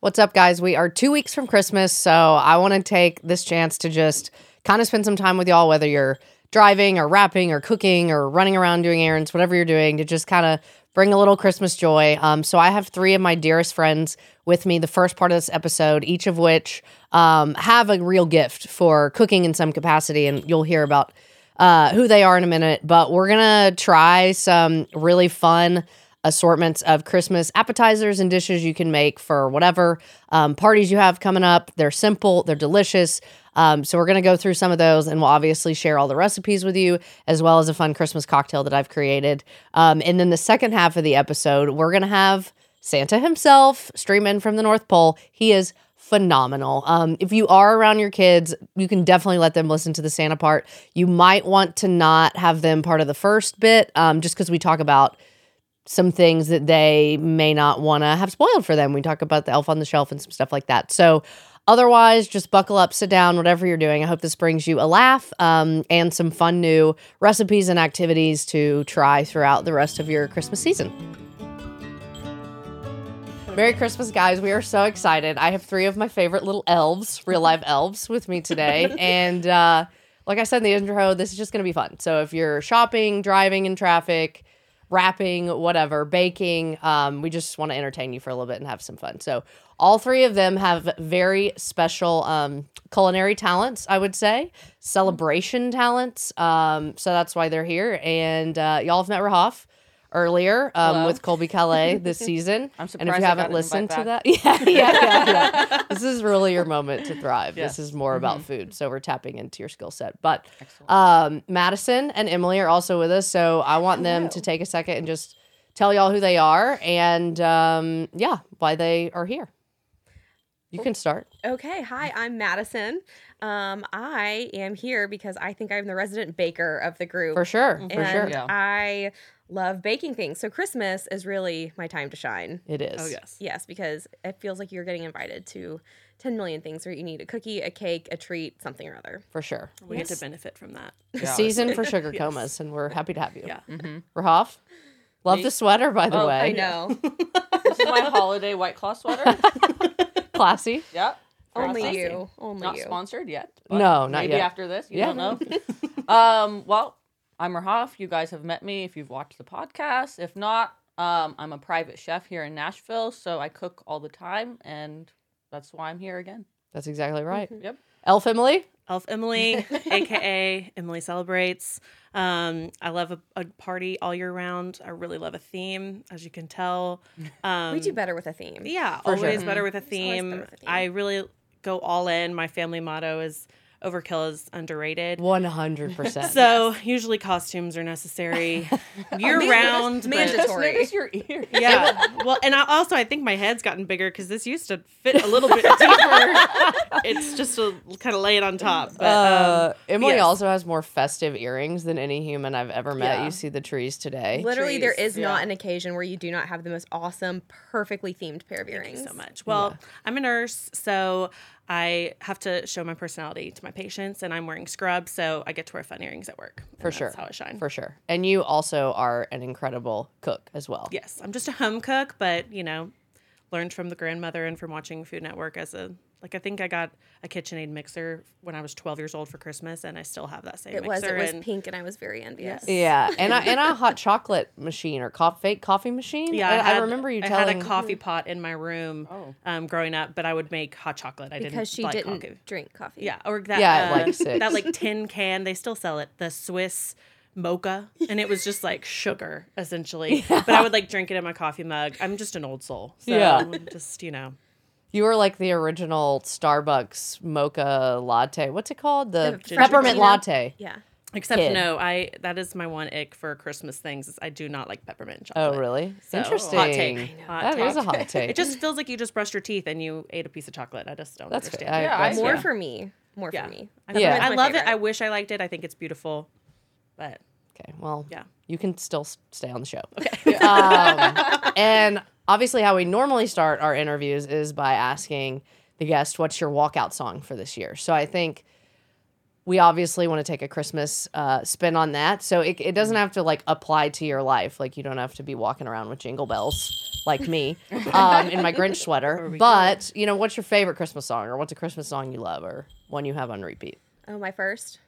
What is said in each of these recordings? What's up, guys? We are two weeks from Christmas, so I want to take this chance to just kind of spend some time with y'all, whether you're driving or wrapping or cooking or running around doing errands, whatever you're doing, to just kind of bring a little Christmas joy. Um, so I have three of my dearest friends with me the first part of this episode, each of which um, have a real gift for cooking in some capacity, and you'll hear about uh, who they are in a minute. But we're gonna try some really fun assortments of Christmas appetizers and dishes you can make for whatever um, parties you have coming up. They're simple, they're delicious. Um, so we're going to go through some of those, and we'll obviously share all the recipes with you, as well as a fun Christmas cocktail that I've created. Um, and then the second half of the episode, we're going to have Santa himself stream in from the North Pole. He is phenomenal. Um, if you are around your kids, you can definitely let them listen to the Santa part. You might want to not have them part of the first bit, um, just because we talk about some things that they may not want to have spoiled for them. We talk about the elf on the shelf and some stuff like that. So, otherwise, just buckle up, sit down, whatever you're doing. I hope this brings you a laugh um, and some fun new recipes and activities to try throughout the rest of your Christmas season. Merry Christmas, guys. We are so excited. I have three of my favorite little elves, real life elves, with me today. And uh, like I said in the intro, this is just going to be fun. So if you're shopping, driving in traffic, wrapping, whatever, baking, um, we just want to entertain you for a little bit and have some fun. So all three of them have very special um, culinary talents, I would say, celebration talents. Um, so that's why they're here. And uh, y'all have met Rahoff earlier um, with Colby Calais this season. And I'm if surprised you I haven't got an invite listened to that, yeah, yeah, yeah, yeah. this is really your moment to thrive. This Yeah. Mm-hmm. is more about food. So we're tapping into your skill set. But um, Madison and Emily are also with us. So I want them to take a second and just tell y'all who they are and um, yeah, why they are here. You can start. Okay, hi, I'm Madison. Um, I am here because I think I'm the resident baker of the group. For sure. For and sure. Yeah. I love baking things. So Christmas is really my time to shine. It is. Oh yes. Yes, because it feels like you're getting invited to 10 million things where you need a cookie, a cake, a treat, something or other. For sure. We get to benefit from that. The season for sugar comas, and we're happy to have you. Yeah. Rahoff, love the sweater, by the Oh, way. I know. This is my holiday white cloth sweater. Classy. yep. Only Classy. you. Only Not you. sponsored yet. but No, not maybe yet. after this, you Yeah. don't know. um, well, I'm Rahoff. You guys have met me if you've watched the podcast. If not, um, I'm a private chef here in Nashville, so I cook all the time, and that's why I'm here again. That's exactly right. Yep. Elf Emily, Elf Emily, aka Emily Celebrates. Um, I love a, a party all year round. I really love a theme, as you can tell. Um, we do better with a theme. Yeah, For always, sure. better with a always theme. better with a theme. I really go all in. My family motto is overkill is underrated. 100%. So usually costumes are necessary year round. but- Oh, Mandatory. Notice your ears. Yeah. Well, and I also I think my head's gotten bigger because this used to fit a little bit deeper. it's just a kind of lay it on top. But um, Uh, Emily yes. also has more festive earrings than any human I've ever met. Yeah. You see the trees today. Literally, there Trees, is yeah. not an occasion where you do not have the most awesome, perfectly themed pair of Thank earrings. you so much. Well, I'm a nurse, so I have to show my personality to my patients, and I'm wearing scrubs, so I get to wear fun earrings at work. and For sure. that's how I shine. For sure. And you also are an incredible cook as well. yes, I'm just a home cook, but you know, learned from the grandmother and from watching Food Network as a like. I think I got a KitchenAid mixer when I was 12 years old for Christmas, and I still have that same. It was. mixer It was and- pink, and I was very envious. Yes. Yeah, and a, and a hot chocolate machine or co- fake coffee machine. Yeah, I, I had- remember you I telling. had a coffee pot in my room Oh. um, growing up, but I would make hot chocolate. I didn't Because she like didn't coffee. drink coffee. Yeah, or that Yeah, at, uh, like, six. that like tin can. They still sell it. The Swiss mocha, and it was just like sugar essentially. But I would like drink it in my coffee mug. I'm just an old soul. So Yeah. I'm just you know, You were like the original Starbucks mocha latte. What's it called? The, The peppermint frappuccino? latte. Yeah. except Kid. no, I that is my one ick for Christmas things. Is I do not like peppermint Oh, chocolate. really? So, Interesting. Hot take. Hot That take. is a hot take. It just feels like you just brushed your teeth and you ate a piece of chocolate. I just don't that's fair. understand. I- Yeah, that's I- More fair. for me. More Yeah. for me. Yeah. I my love it. favorite. I wish I liked it. I think it's beautiful, but Okay. Well, Yeah. you can still s- stay on the show. Okay. um, and obviously, how we normally start our interviews is by asking the guest, "What's your walkout song for this year?" So I think we obviously want to take a Christmas uh, spin on that. So it, it doesn't have to like apply to your life. Like you don't have to be walking around with jingle bells like me um, in my Grinch sweater. But you know, what's your favorite Christmas song, or what's a Christmas song you love, or one you have on repeat? Oh, my first.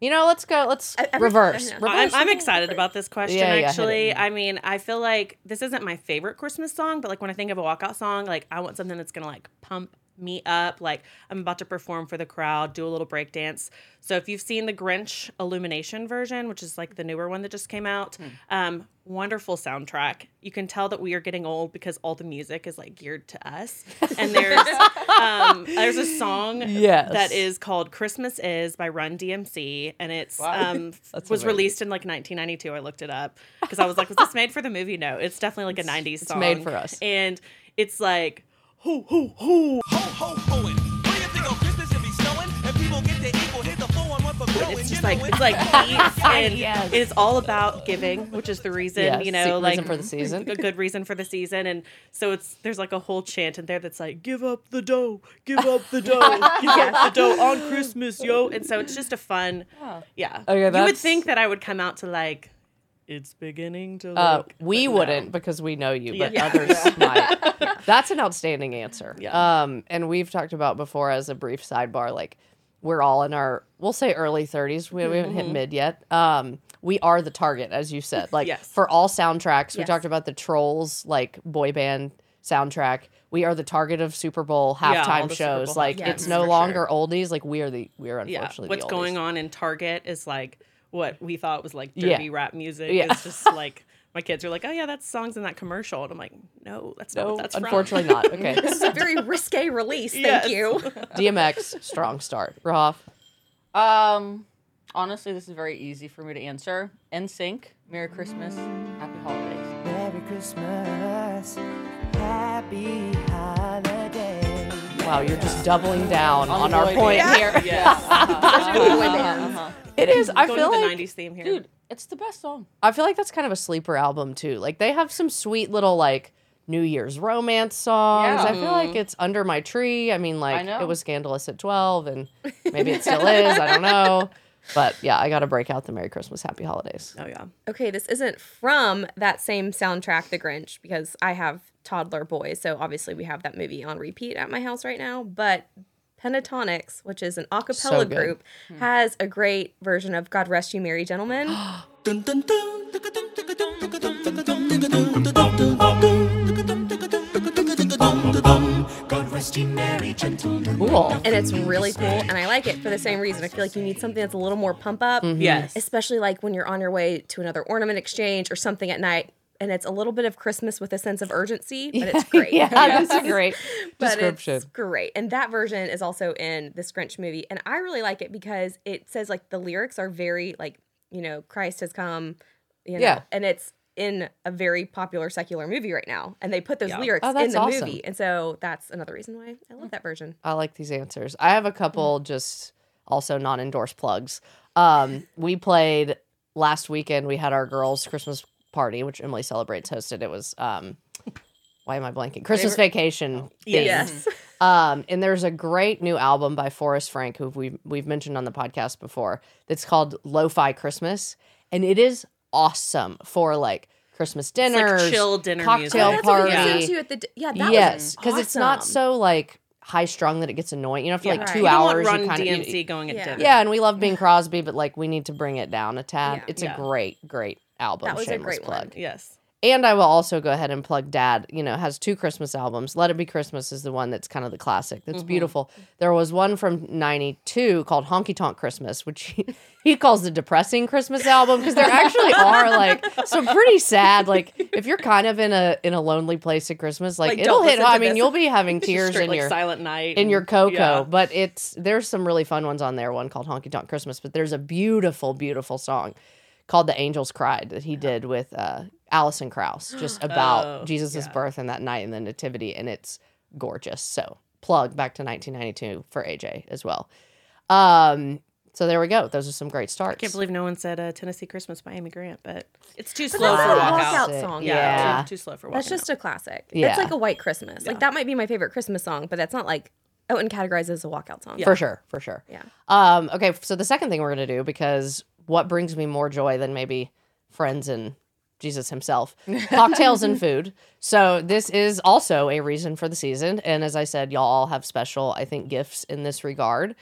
You know, let's go. Let's I- I- reverse. I know. reverse. I'm, I'm excited about this question Yeah, yeah, hit actually. it. I mean, I feel like this isn't my favorite Christmas song, but like when I think of a walkout song, like I want something that's gonna like pump me up. Like I'm about to perform for the crowd, do a little break dance. So if you've seen the Grinch Illumination version, which is like the newer one that just came out, Hmm. um, wonderful soundtrack. You can tell that we are getting old because all the music is like geared to us. And there's um, there's a song Yes. that is called Christmas Is by Run DMC and it's Wow. um That's was amazing. released in like 1992. I looked it up because I was like, was this made for the movie? No, it's definitely like a 90s song. made for us. And it's like, hoo, hoo, hoo. Ho, ho, hoin'. What do you think on Christmas it be snowing? And people get their equal, hit the floor on one for blowing. It's You just know like, it. it's like beats and Yes. it's all about giving, which is the reason, Yeah, you se- reason know, like for the season. a good reason for the season. And so it's, there's like a whole chant in there that's like, give up the dough, give up the dough, give up the dough on Christmas, yo. And so it's just a fun, yeah. Okay, you would that's- think that I would come out to like, it's beginning to look. Uh, but we no. wouldn't because we know you, but Yeah. others might. That's an outstanding answer. Yeah. Um, and we've talked about before as a brief sidebar, like we're all in our, we'll say early 30s. We, we haven't hit Mm-hmm. mid yet. Um, we are the target, as you said. Like Yes. for all soundtracks, we Yes. talked about the Trolls, like boy band soundtrack. We are the target of Super Bowl Yeah, all halftime the Super shows. Bowl like halftime it's shows, no for longer oldies. Like we are the we are yeah unfortunately what's the going oldies. on in target is like what we thought was like Yeah. dirty rap music Yeah. it's just like my kids are like oh yeah that's songs in that commercial and i'm like no that's not No, what that's from." unfortunately not. Okay. This is a very risque release. Thank Yes. you. DMX, strong start. Rahoff. Um, honestly, this is very easy for me to answer. NSYNC, Merry Christmas, Happy Holidays. Merry Christmas. Happy holiday. Wow, you're just doubling down on, the our boy point band. here. Yeah. Especially with boy bands. It is. I Going feel to the like 90s theme here Uh-huh. Dude, it's the best song. I feel like that's kind of a sleeper album too. Like they have some sweet little like New Year's romance songs. Yeah. I feel like it's under my tree. I mean, like know. it was scandalous at twelve, and maybe it still is. I don't know. But yeah, I got to break out the Merry Christmas, Happy Holidays. oh yeah Okay, this isn't from that same soundtrack, The Grinch, because I have toddler boys, so obviously we have that movie on repeat at my house right now. But Pentatonics, which is an a cappella So good. group, Hmm. has a great version of God Rest You Merry Gentlemen. Dun, dun, dun, tick-a-dum, tick-a-dum, tick-a-dum, tick-a-dum, tick-a-dum, tick-a-dum, tick-a-dum, tick-a-dum, tick-a-dum, tick-a-dum, tick-a-dum, tick-a-dum. God rest ye merry gentlemen. Cool. and it's really cool, and I like it for the same reason. I feel like you need something that's a little more pump up. Mm-hmm. yes especially like when you're on your way to another ornament exchange or something at night and it's a little bit of christmas with a sense of urgency but it's great yeah, that's a great but description. it's great and that version is also in this grinch movie and i really like it because it says like the lyrics are very like you know christ has come you know Yeah. and it's in a very popular secular movie right now and they put those lyrics Oh, in that's the awesome. movie and so that's another reason why i love that version I like these answers. I have a couple Mm. just also non endorsed plugs. Um, we played last weekend. We had our girls' Christmas party, which Emily celebrates hosted. It was um, why am I blanking? Christmas Oh, Vacation. theme. Yes. Um, and there's a great new album by Forrest Frank, who we've we've mentioned on the podcast before. That's called Lo-Fi Christmas, and it is awesome for like Christmas like dinners, chill dinner music. cocktail Oh, that's party what we listened to at the d- yeah that yes, because it's not so like high strung that it gets annoying. You know, for like Yeah. two You don't hours, want you run kind of dmc going at Yeah. dinner yeah. And we love Bing Crosby, but like we need to bring it down a tad. Yeah. It's Yeah. a great, great album. That was a shameless great one. plug. yes And I will also go ahead and plug Dad. You know, has two Christmas albums. Let It Be Christmas is the one that's kind of the classic. That's Mm-hmm. beautiful. There was one from '92 called Honky Tonk Christmas, which he, he calls the depressing Christmas album because there actually are like some pretty sad. Like if you're kind of in a in a lonely place at Christmas, like, Like, it'll don't hit. listen to I mean, this. you'll be having tears Straight, in like your silent night in your and- cocoa Mm, yeah. but it's there's some really fun ones on there one called honky tonk christmas but there's a beautiful beautiful song called the angels cried that he did with uh allison krauss just about Oh, jesus' yeah. birth and that night in the nativity and it's gorgeous so plug back to 1992 for aj as well um so there we go those are some great starts can't believe no one said uh, tennessee christmas by amy grant but it's too But slow that's for not a walkout walkout song. yeah, yeah, Too, too slow for walkout That's just a classic. Yeah. It's like a white Christmas. Like that might be my favorite Christmas song, but that's not like Oh, and categorized as a walkout song. For sure, for sure. Yeah. Um, okay, so the second thing we're gonna do, because what brings me more joy than maybe friends and Jesus himself, cocktails and food. So this is also a reason for the season. And as I said, y'all all have special, I think, gifts in this regard.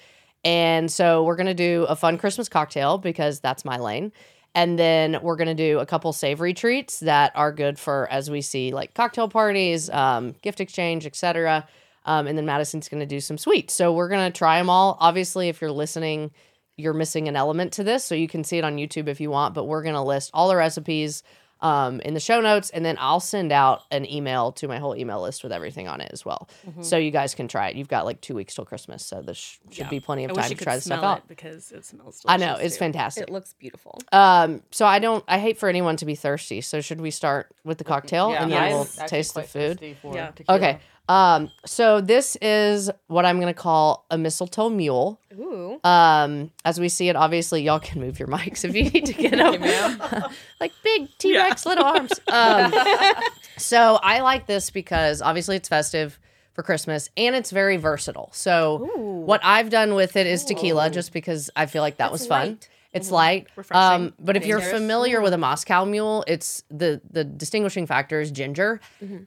And so we're gonna do a fun Christmas cocktail because that's my lane. And then we're gonna do a couple savory treats that are good for, as we see, like cocktail parties, um, gift exchange, etc. Um, and then Madison's going to do some sweets. So we're going to try them all. Obviously, if you're listening, you're missing an element to this. So you can see it on YouTube if you want, but we're going to list all the recipes um, in the show notes. And then I'll send out an email to my whole email list with everything on it as well. Mm-hmm. So you guys can try it. You've got like two weeks till Christmas. So there sh- should be plenty of I wish time you to could try this stuff smell out. it because it smells. I Delicious know. It's too. fantastic. It looks beautiful. Um, so I don't, I hate for anyone to be thirsty. So should we start with the cocktail and then I'm we'll actually taste the quite food? thirsty for Yeah. tequila. Okay. Um, so this is what I'm gonna call a mistletoe mule. Ooh. Um, as we see it, obviously y'all can move your mics if you need to get up. like big T Rex little arms. Um, so I like this because obviously it's festive for Christmas and it's very versatile. So what I've done with it is tequila, just because I feel like that was fun. It's light. Um, but if you're familiar with a Moscow Mule, it's the the distinguishing factor is ginger,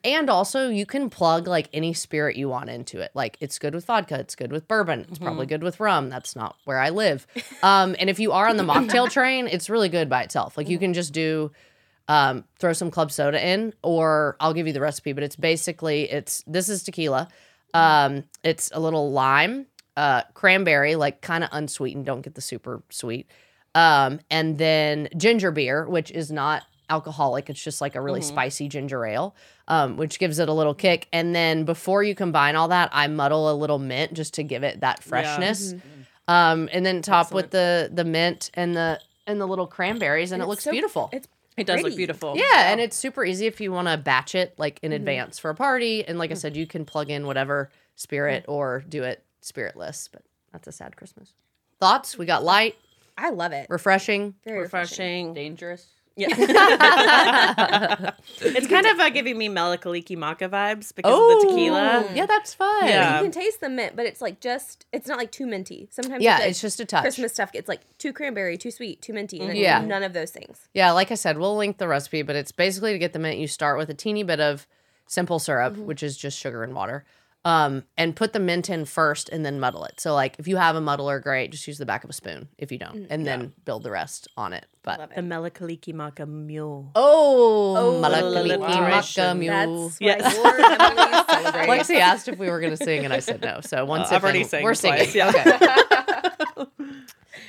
and also you can plug like any spirit you want into it. Like it's good with vodka, it's good with bourbon, it's probably good with rum. That's not where I live. Um, and if you are on the mocktail train, it's really good by itself. Like you can just do um, throw some club soda in, or I'll give you the recipe. But it's basically it's this is tequila. Um, it's a little lime, uh, cranberry, like kind of unsweetened. Don't get the super sweet. Um, and then ginger beer, which is not alcoholic. It's just like a really Mm-hmm. spicy ginger ale, um, which gives it a little kick. And then before you combine all that, I muddle a little mint just to give it that freshness. Mm-hmm. Um, and then top with the the mint and the and the little cranberries, and, it it's looks so- beautiful. It's It does pretty. look beautiful. Yeah, and it's super easy if you want to batch it like in advance for a party. And like I said, you can plug in whatever spirit or do it spiritless. But that's a sad Christmas. Thoughts? We got light, I love it. refreshing. Very refreshing. refreshing. Dangerous. It's kind of uh, giving me Melakaliki Maka vibes because of the tequila. Oh! yeah, that's fun. Yeah. You can taste the mint, but it's like just it's not like too minty. Sometimes Yeah, with, like, it's just a touch. Mm-hmm. Christmas stuff. It's like too cranberry, too sweet, too minty, and then Yeah. none of those things. Yeah, like I said, we'll link the recipe, but it's basically to get the mint, you start with a teeny bit of simple syrup, which is just sugar and water, um, and put the mint in first and then muddle it. So, like, if you have a muddler, great, just use the back of a spoon if you don't, and then build the rest on it. But The Melakaliki Maka mule. Oh, Malakaliki Russian. Malakaliki That's what I wore and I'm gonna celebrate. Lexi asked if we were going to sing, and I said no. So once I've already sang we're singing. twice, yeah. Okay.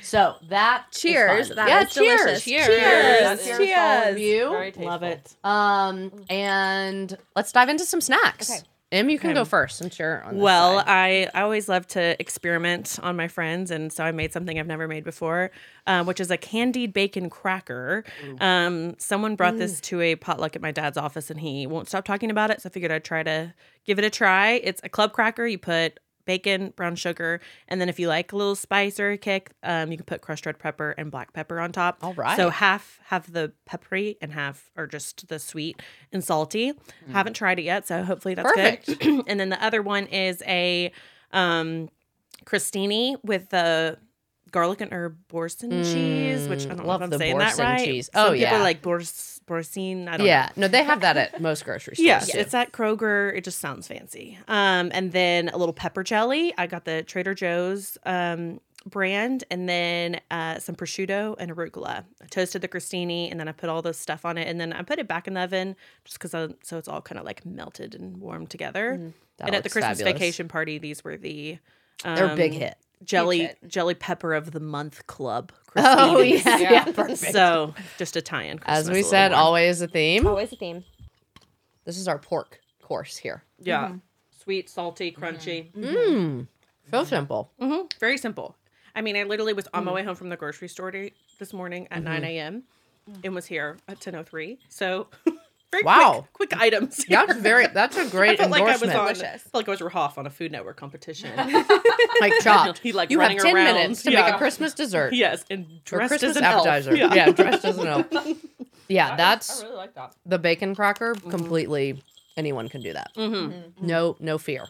so that is Cheers. fun. That yeah, was cheers. delicious. Cheers. Cheers. Cheers. Cheers, all of Cheers. you. Love it. Um, and let's dive into some snacks. Okay. Em, you can go first. I'm sure. On this Well, side. I, I always love to experiment on my friends, and so I made something I've never made before, um, which is a candied bacon cracker. Um, someone brought Mm. this to a potluck at my dad's office, and he won't stop talking about it. So I figured I'd try to give it a try. It's a club cracker. You put bacon, brown sugar, and then if you like a little spice or a kick, um, you can put crushed red pepper and black pepper on top. All right. So half have the peppery and half are just the sweet and salty. Mm-hmm. Haven't tried it yet, so hopefully that's good. and then the other one is a um crostini with the garlic and herb boursin cheese, which I don't know Mm, love if I'm the saying that boursin right. cheese. Some Oh, people yeah. are like bours, boursin. I don't know. yeah, no, they have that at most grocery stores. um, Yes, too. it's at Kroger. It just sounds fancy. Um, and then a little pepper jelly. I got the Trader Joe's um, brand, and then uh, some prosciutto and arugula. I toasted the crostini, and then I put all this stuff on it, and then I put it back in the oven just because so it's all kind of like melted and warmed together. Mm-hmm. That and at the looks Christmas fabulous. vacation party, these were the They're a Um, big hit. jelly jelly pepper of the month club. Oh crostinis. yeah, yeah, perfect. So just a tie-in. As Christmas we a little Oh. said, more. always a theme. Always Oh, a theme. This is our pork course here. yeah, Mm-hmm. sweet, salty, crunchy. Mm-hmm. So simple. Very simple. I mean, I literally was Mm. on my way home from the grocery store to, this morning at Mm-hmm. 9 a.m. Mm. and was here at 10.03. So, very Wow. quick, quick items. here. That's very. That's a I great felt like I was on, endorsement. I Like, felt like I was Rahoff on a Food Network competition. chopped. He, like, you have running ten around. minutes to make Yeah. a Christmas dessert yes, and or dressed Christmas as an appetizer. Elf. Yeah. dressed as an elf. Yeah, that's I really like that. Mm-hmm. the bacon cracker. Completely, anyone can do that. No, no fear.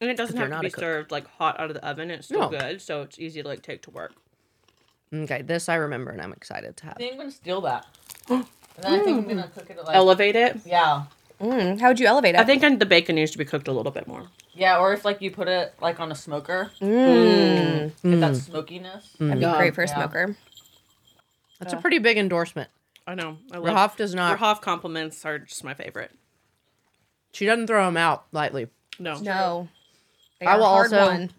And it doesn't you're have to not be a cook. served like hot out of the oven. It's still No. good, so it's easy to like take to work. Okay, this I remember and I'm excited to have. I think I'm gonna steal that. Mm. And then I think I'm gonna cook it like Elevate it. yeah, Mm, how would you elevate it? I think the bacon needs to be cooked a little bit more. yeah. Or if like you put it like on a smoker, Mm, get that smokiness. Mm. that'd be um, great for a yeah. smoker. That's a pretty big endorsement. I know. I love Rahoff does not. Rahoff compliments are just my favorite. She doesn't throw him out lightly. No. No, they I are will hard also- won.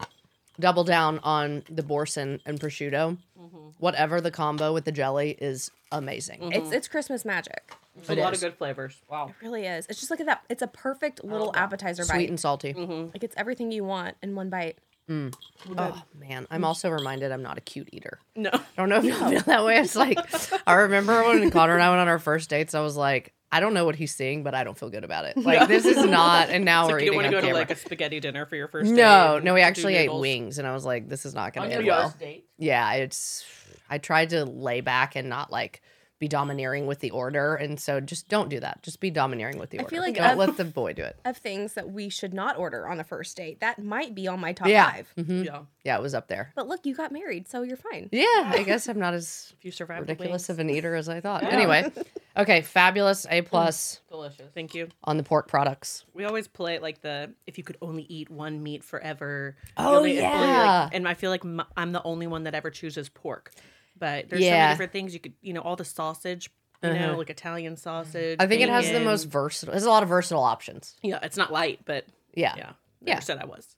Double down on the borson and prosciutto. Mm-hmm. Whatever the combo with the jelly is amazing. It's it's Christmas magic. It's a lot of good flavors. Wow. It really is. It's just like that. It's a perfect little appetizer Sweet bite. and Mm-hmm. salty. like it's everything you want in one bite. Oh man, I'm also reminded I'm not a cute eater. Mm. No. I don't know if you feel that way. It's like I remember when Connor and I went on our first dates. I was like, I don't know what he's seeing, but I don't feel good about it. Like this is not. And now we're Like you don't eating want to on go to camera. like a spaghetti dinner for your first date. no, and no, we do actually ate noodles. wings, and I was like, this is not going On to your end well. first date, Yeah, it's. I tried to lay back and not like be domineering with the order, and so just don't do that. Just be domineering with the I order. feel like don't I've- let the boy do it. Of things that we should not order on a first date. That might be on my top Yeah. five. Mhm. Yeah. Yeah, it was up there. But look, you got married, so you're fine. Yeah, I guess I'm not as If you survive ridiculous of an eater as I thought. Anyway, okay, fabulous Mm. A plus delicious. Thank you. on the pork products. We always play like the if you could only eat one meat forever. you Oh, only- if only, like- yeah. and I feel like m I'm the only one that ever chooses pork. But there's so Yeah. Uh-huh. many different things you could, you know, all the sausage, you know, like Italian sausage. I think it has the bacon. most versatile. There's a lot of versatile options. Yeah, it's not light, but Yeah, yeah, Yeah. yeah. Said I was.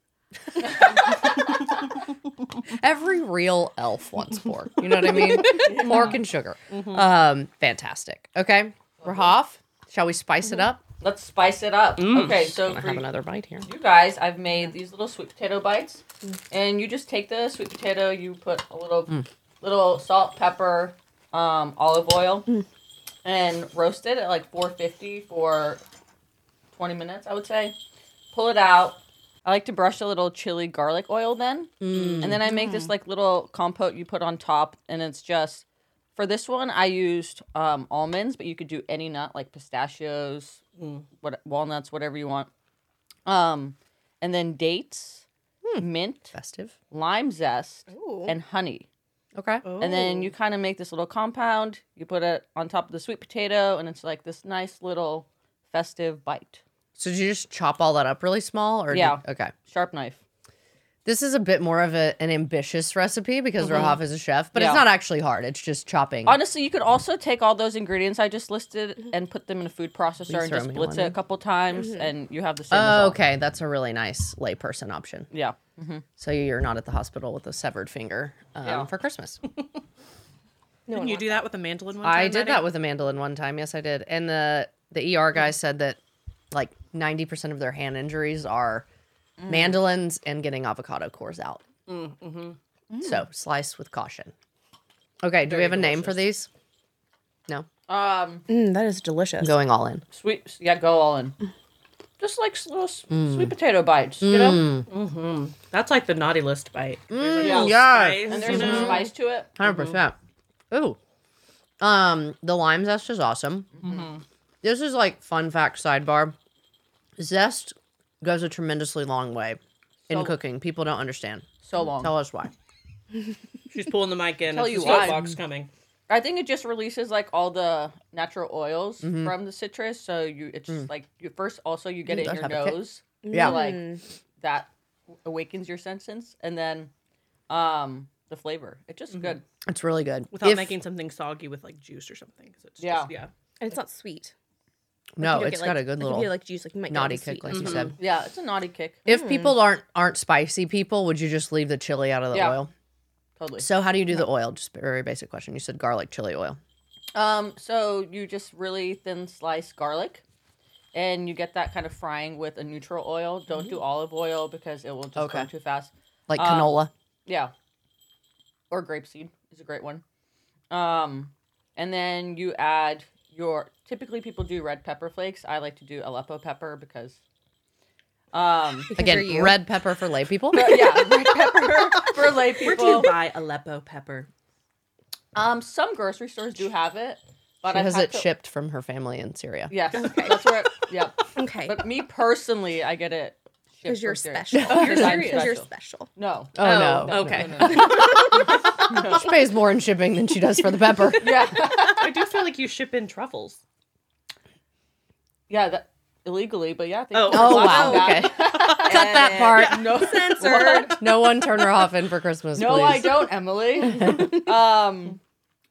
every real elf wants pork. You know what I mean? Pork and sugar. Mm-hmm. Um, fantastic. Okay, Rahoff, shall we spice Mm-hmm. it up? Let's spice it up. Okay, so I for Mm. have another bite here. you guys, I've made these little sweet potato bites, and you just take the sweet potato, you put a little, little salt, pepper, um, olive oil, and roast it at like 450 for 20 minutes, I would say. Pull it out. I like to brush a little chili garlic oil then, and then I make this like little compote you put on top, and it's just. For this one, I used um, almonds, but you could do any nut like pistachios, what, walnuts, whatever you want. Um, and then dates, mint, Festive. lime zest, Ooh. and honey. Okay. And then you kind of make this little compound. You put it on top of the sweet potato, and it's like this nice little festive bite. So did you just chop all that up really small, or did- Yeah. okay. Sharp knife. This is a bit more of a, an ambitious recipe because Rahoff is a chef, but Mm-hmm. Yeah. it's not actually hard. It's just chopping. Honestly, you could also take all those ingredients I just listed and put them in a food processor and throw just me blitz one it a in. couple times, and you have the same. Oh, result. okay. That's a really nice layperson option. Yeah. So you're not at the hospital with a severed finger um, Yeah. for Christmas. No one Didn't you wants- do that with a mandolin one time, I did Maddie? that with a mandolin one time. Yes, I did. And the the ER guy said that like 90% of their hand injuries are mandolins and getting avocado cores out. So slice with caution. Okay. Do we have a name for these? No. Um, Mm, that is delicious. Going all in. sweet. Yeah, go all in. Just like s- little s- Mm. sweet potato bites, you know. That's like the naughty list bite. Mm, And Spice, there's you some know? spice to it. 100%. percent Mm-hmm. Ooh. Um, the lime zest is awesome. Mm-hmm. This is like fun fact sidebar. Zest goes a tremendously long way in So- cooking. People don't understand. So long. Tell us why. She's pulling the mic in. Tell Tell you you why. box coming. I think it just releases like all the natural oils Mm-hmm. from the citrus. So you, it's just like you first also you get Mm, it in does your have a kick. nose. Yeah. So, like that awakens your senses, and then um the flavor. It's Mm-hmm. just good. It's really good. Without If- making something soggy with like juice or something. 'cause it's Yeah. Just, yeah. and it's not sweet. no, You don't it's get, got like- a good like, little If you like Mm-hmm. juice, like you might naughty naughty kick, sweet. like you said. Yeah, it's a naughty kick. Mm-hmm. If people aren't aren't spicy people, would you just leave the chili out of the Yeah. oil? Totally. So how do you do the oil? Just a very basic question. You said garlic chili oil. Um, so you just really thin slice garlic, and you get that kind of frying with a neutral oil. Don't do olive oil because it will just burn Mm-hmm. Okay. too fast. Like Uh, canola. Yeah. Or grapeseed is a great one. Um, and then you add your typically people do red pepper flakes. I like to do Aleppo pepper because um Because you're Again, you. red pepper for lay people. but yeah, red pepper for lay people. buy Aleppo pepper? Um some grocery stores do have it, but She I've has had it to- shipped from her family in Syria. Yes. That's where it, yeah. Okay. But me personally, I get it because you're different. special. Oh, you're Because special. you're special. No. Oh, no. No, okay. no, no, no. She pays more in shipping than she does for the pepper. yeah. I do feel like you ship in truffles. Yeah. That, illegally, but yeah. thank Oh. you. Oh, Lots wow. of that. Okay. Cut that part. No. Censored. No one turn her off in for Christmas. No, please. I don't, Emily. um,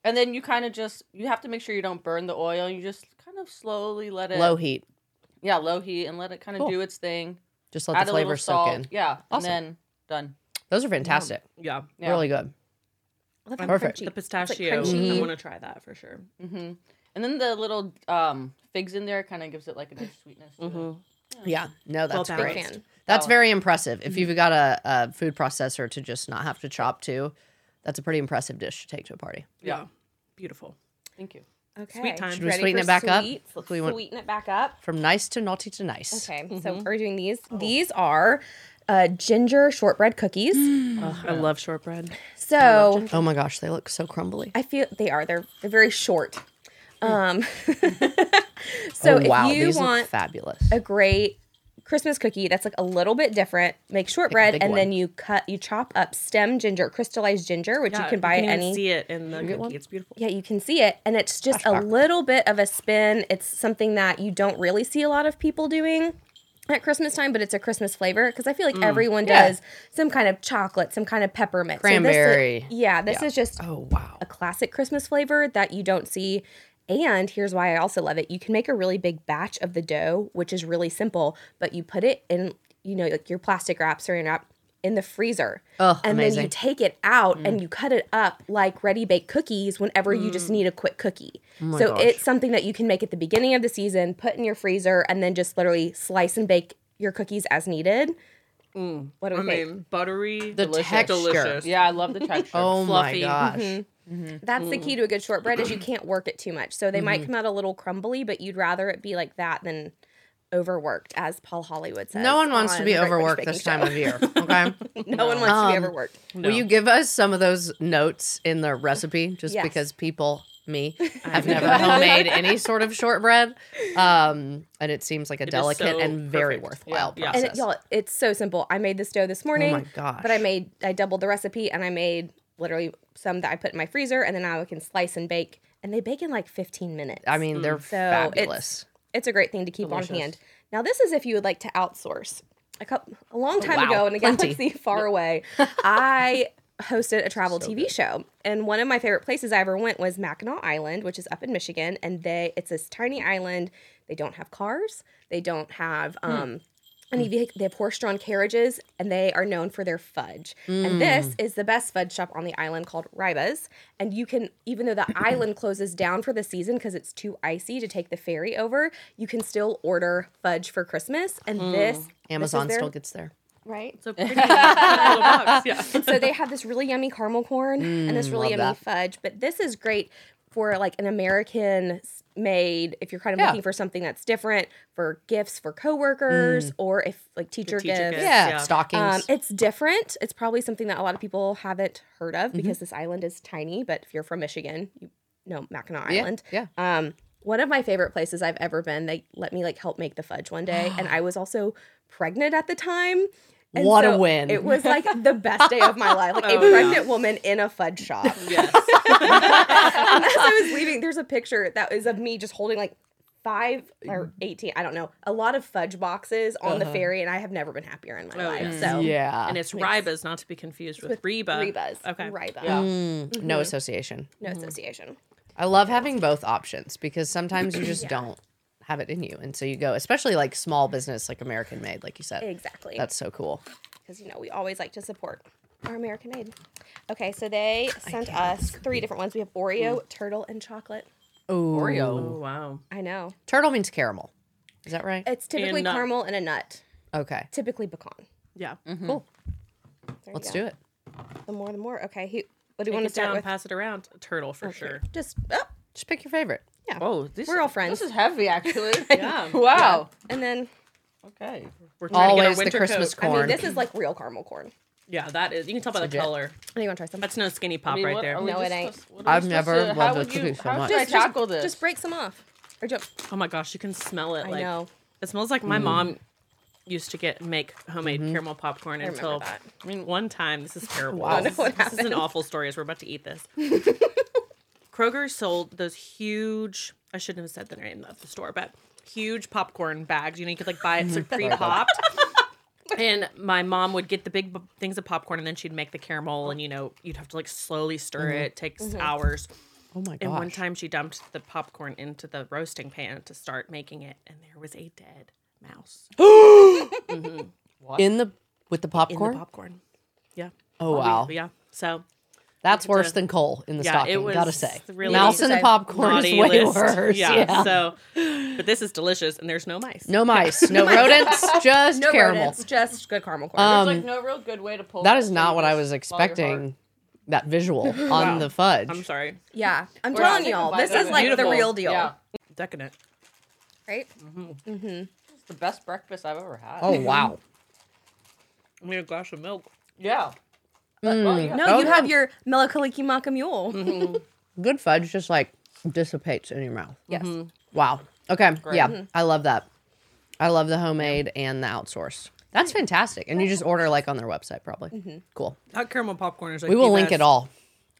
and then you kind of just you have to make sure you don't burn the oil. You just kind of slowly let it Low heat. Yeah, low heat and let it kind of Cool. do its thing. Just let Add the a little flavor soak salt. in. Yeah, Awesome. and then done. Those are fantastic. Yeah. Yeah. Really good. I love how Perfect. Mm-hmm. crunchy. The pistachio. It's like I crunchy. want to try that for sure. hmm And then the little um, figs in there kind of gives it like a nice sweetness. to it. Mm-hmm. Yeah. No, that's Well Big great. fan. That's Balanced. very impressive. Mm-hmm. If you've got a, a food processor to just not have to chop to, that's a pretty impressive dish to take to a party. Yeah. Beautiful. Thank you. Okay. time. Should we ready sweeten for it back up? sweets? Let's We want- sweeten it back up. From nice to naughty to nice. Okay. So Mm-hmm. we're doing these. Oh. These are uh, ginger shortbread cookies. I love shortbread. So Oh my gosh, they look so crumbly. I feel they are. They're they're very short. Um. so Hmm. oh, wow, if you these want look fabulous. a great Christmas cookie that's like a little bit different, make shortbread big and one. then you cut you chop up stem ginger, crystallized ginger, which you can buy at even any. see it in the cookie. It's beautiful. Yeah, you can see it, and it's just a little bit of a spin. It's something that you don't really see a lot of people doing at Christmas time, but it's a Christmas flavor because I feel like everyone Mm. Yeah. does some kind of chocolate, some kind of peppermint, So this is- Cranberry. yeah, this is just oh wow. a classic Christmas flavor that you don't see. And here's why I also love it. You can make a really big batch of the dough, which is really simple, but you put it in, you know, like your plastic wrap, saran wrap in the freezer. Oh, and then you amazing. Mm. take it out and you cut it up like ready baked cookies whenever you just need a quick cookie. so Oh gosh. it's something that you can make at the beginning of the season, put in your freezer, and then just literally slice and bake your cookies as needed. Mm. What do we I think? mean, buttery, The delicious, texture. delicious. Yeah, I love the texture. Oh fluffy. my gosh. That's the key to a good shortbread is you Mm-hmm. can't work it too much. So they might come out a little crumbly, but you'd rather it be like that than overworked, as Paul Hollywood says. No one wants to on be The Great British overworked this time Baking of Show. year. Okay. no one wants to be Um, overworked. Will you give us some of those notes in the recipe? Just Yes. because people, me, have never homemade any sort of shortbread, um, and it seems like a is delicate so and very perfect. worthwhile Yeah. Yeah. And process. it, y'all, it's so simple. I made this dough this morning, oh my gosh! but I made I doubled the recipe and I made literally some that I put in my freezer, and then now I can slice and bake. And they bake in like 15 minutes. I mean, they're it's- fabulous. it's a great thing to keep on hand. Now, this is if you would like to outsource. A couple, a long time Oh, wow. ago in a Plenty. galaxy far away, I hosted a travel TV show, and one of my favorite places I ever went was Mackinac Island, which is up in Michigan, and they it's this tiny island. They don't have cars. They don't have Hmm. um, any vehicle. They have horse-drawn carriages, and they are known for their fudge. Mm. And this is the best fudge shop on the island called Riba's. And you can, even though the island closes down for the season because it's too icy to take the ferry over, you can still order fudge for Christmas. And this this is Mm. Amazon their- still gets there. right. So pretty little box. Yeah. So they have this really yummy caramel corn and this really yummy Mm, love fudge. But this is great for like an American s- made if you're kind of Yeah. looking for something that's different for gifts for coworkers Mm. or if like teacher, teacher gifts. gifts. Yeah, Yeah. stockings. Um, it's different. It's probably something that a lot of people haven't heard of Mm-hmm. because this island is tiny. But if you're from Michigan, you know Mackinac Yeah, Island. Yeah. Um, one of my favorite places I've ever been. They let me like help make the fudge one day, and I was also pregnant at the time. And What a win. It was like the best day of my life. Like a Oh, yeah. pregnant woman in a fudge shop. Yes. and as I was leaving, there's a picture that is of me just holding like five Mm. or 18, I don't know, a lot of fudge boxes on the ferry, and I have never been happier in my Oh, life. yes. So Uh-huh. yeah. And it's Ribas, not to be confused with, Reba. Reba's. Okay. Reba. Mm, No association. No association. I love having both options because sometimes you just don't have it in you, and so you go, especially like small business, like American made, like you said. Exactly. That's so cool. because you know we always like to support our American aid. Okay, so they sent us three different ones. We have Oreo, turtle, and chocolate. Oreo. Oh wow. I know Turtle means caramel. Is that right? it's typically nut. caramel and a nut, Okay. typically pecan. Yeah. Cool. There Let's you do it. go. The more, the more. Okay, who, what do you Take want to it down, start with? pass it around. Turtle for sure. Just oh, Just pick your favorite. yeah. Oh, this We're all friends. This is heavy, actually. Yeah. Wow. and then Okay. We're Always the Christmas coat. corn. I mean, this is like real caramel corn. Yeah, that is. You can tell by Legit. the color. Are you want to try some? That's no skinny pop right there. No, it ain't. I've never loved how a would cookie you, so how much. Should I Just- tackle this? Just break some off. Or jump. Oh my gosh, you can smell it. I like know. it smells like my mom used to get make homemade caramel popcorn until Mm-hmm. that. I mean one time this is terrible. Wow. I don't know This, what this is an happened. awful story as we're about to eat this. Kroger sold those huge I shouldn't have said the name of the store, but huge popcorn bags. You know, you could like buy it so pre-popped. And my mom would get the big b- things of popcorn, and then she'd make the caramel, and you know you'd have to like slowly stir Mm-hmm. it. It takes hours. Oh my And one gosh. time she dumped the popcorn into the roasting pan to start making it, and there was a dead mouse in the with the in popcorn. the popcorn. Yeah. oh wow, Yeah. So that's worse than coal in the Yeah, it stocking. gotta was say, really mouse in the Naughty popcorn is naughty way list. worse. Yeah. So, but this is delicious, and there's no mice. No mice, no rodents, just No caramel. rodents, just good caramel corn. There's Um, like no real good way to pull. That it, is so not you what I just was follow your heart. expecting. That visual on the fudge. I'm sorry. yeah, I'm We're telling not y'all, taking this bites is of it. like Beautiful. the real deal, Yeah, Decadent. right? it's the best breakfast I've ever had. Oh wow. I mean, a glass of milk. yeah. But- well, yeah. Mm, No, Oh, you yeah. have your Melakaliki Maka Mule. Good fudge just like dissipates in your mouth. Yes. Wow. Okay. Yeah. I love that. I love the homemade and the outsourced. That's fantastic. And you just order like on their website probably. Cool. That caramel popcorn is like We will link it all.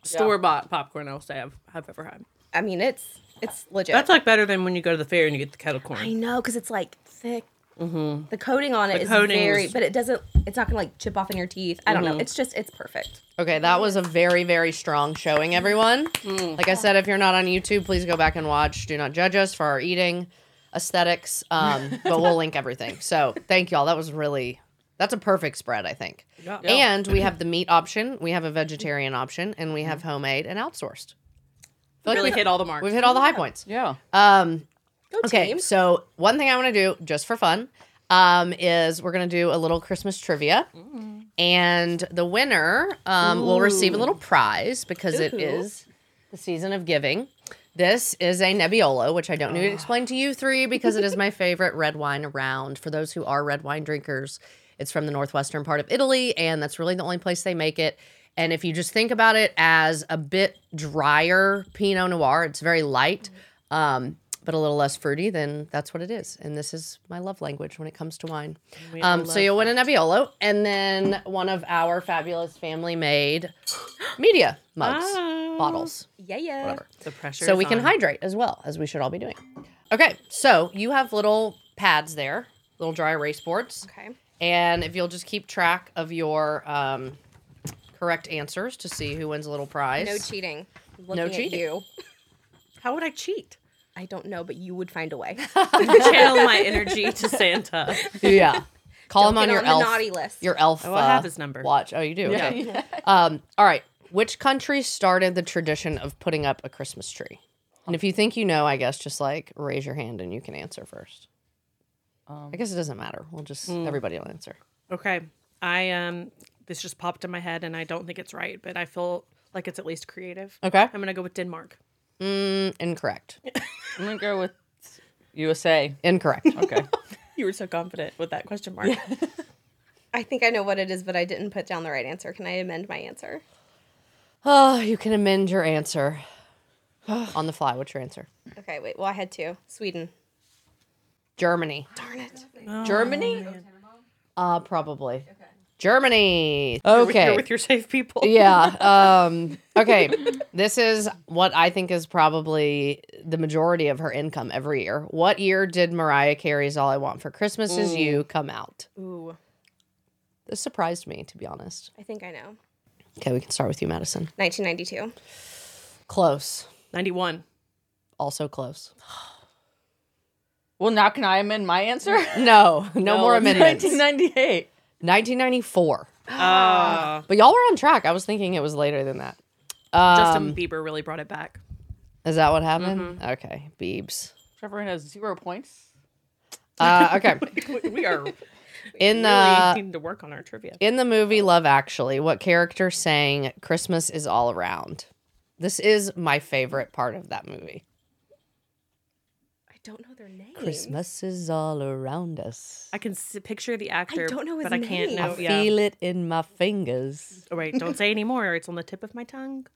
Store bought popcorn. I'll say I've, I've ever had. I mean, it's it's legit. That's like better than when you go to the fair and you get the kettle corn. I know because it's like thick. The coating on it is coating very, is- but it doesn't. It's not gonna like chip off in your teeth. I don't know. It's just it's perfect. Okay, that was a very, very strong showing, everyone. Like I said, if you're not on YouTube, please go back and watch. Do not judge us for our eating aesthetics, um, but we'll link everything. So thank y'all. That was really, that's a perfect spread, I think. Yeah. And we have the meat option, we have a vegetarian option, and we have homemade and outsourced. I feel like really we've, hit all the marks. we've hit all the high points. Yeah. Um, okay, team. so one thing I want to do just for fun um, is we're going to do a little Christmas trivia. And the winner um, will receive a little prize because it is the season of giving. This is a Nebbiolo, which I don't need to explain to you three because it is my favorite red wine around. For those who are red wine drinkers, it's from the northwestern part of Italy, and that's really the only place they make it. And if you just think about it as a bit drier Pinot Noir, it's very light, um, but a little less fruity, then that's what it is. And this is my love language when it comes to wine. Um, so you'll win a Nebbiolo and then one of our fabulous family made media mugs, bottles. Yeah, yeah. the pressure. So is we can on. hydrate as well, as we should all be doing. Okay, so you have little pads there, little dry erase boards. Okay. And if you'll just keep track of your um, correct answers to see who wins a little prize. No cheating. Looking at cheating. you. How would I cheat? I don't know, but you would find a way. Channel my energy to Santa. yeah. Call him Don't on get your on the elf. naughty list. Your elf. Oh, I have uh, his number. Watch. Oh, you do. Okay. Um, all right. Which country started the tradition of putting up a Christmas tree? And if you think you know, I guess just like raise your hand and you can answer first. Um, I guess it doesn't matter. We'll just hmm. everybody will answer. Okay. I um this just popped in my head and I don't think it's right, but I feel like it's at least creative. Okay. I'm gonna go with Denmark. Mm, incorrect. I'm gonna go with USA. Incorrect. Okay. You were so confident with that question mark. I think I know what it is, but I didn't put down the right answer. Can I amend my answer? Oh, you can amend your answer on the fly. What's your answer? Okay, wait. Well, I had two. Sweden. Germany. Darn it. Germany. Uh, probably. Germany. Okay. You're with your safe people. yeah. Um, okay. This is what I think is probably the majority of her income every year. What year did Mariah Carey's All I Want for Christmas Is You come out? Ooh, This surprised me, to be honest. I think I know. Okay, we can start with you, Madison. 1992. Close. Ninety one. Also close. Well, now can I amend my answer? Oh, No, no, more it's amendments. 1998. 1994. Uh, But y'all were on track. I was thinking it was later than that. Justin Um, Bieber really brought it back. is that what happened? Mm-hmm. Okay, Beebs. Trevor has zero points. Uh, okay, We- We are really in the needing to work on our trivia. in the movie Love Actually, what character sang "Christmas is all around"? This is my favorite part of that movie. I don't know their name. Christmas is all around us. I can s- picture the actor, don't know his but I can't name. know. I Oh, yeah. feel it in my fingers. oh, wait, don't say anymore. It's on the tip of my tongue.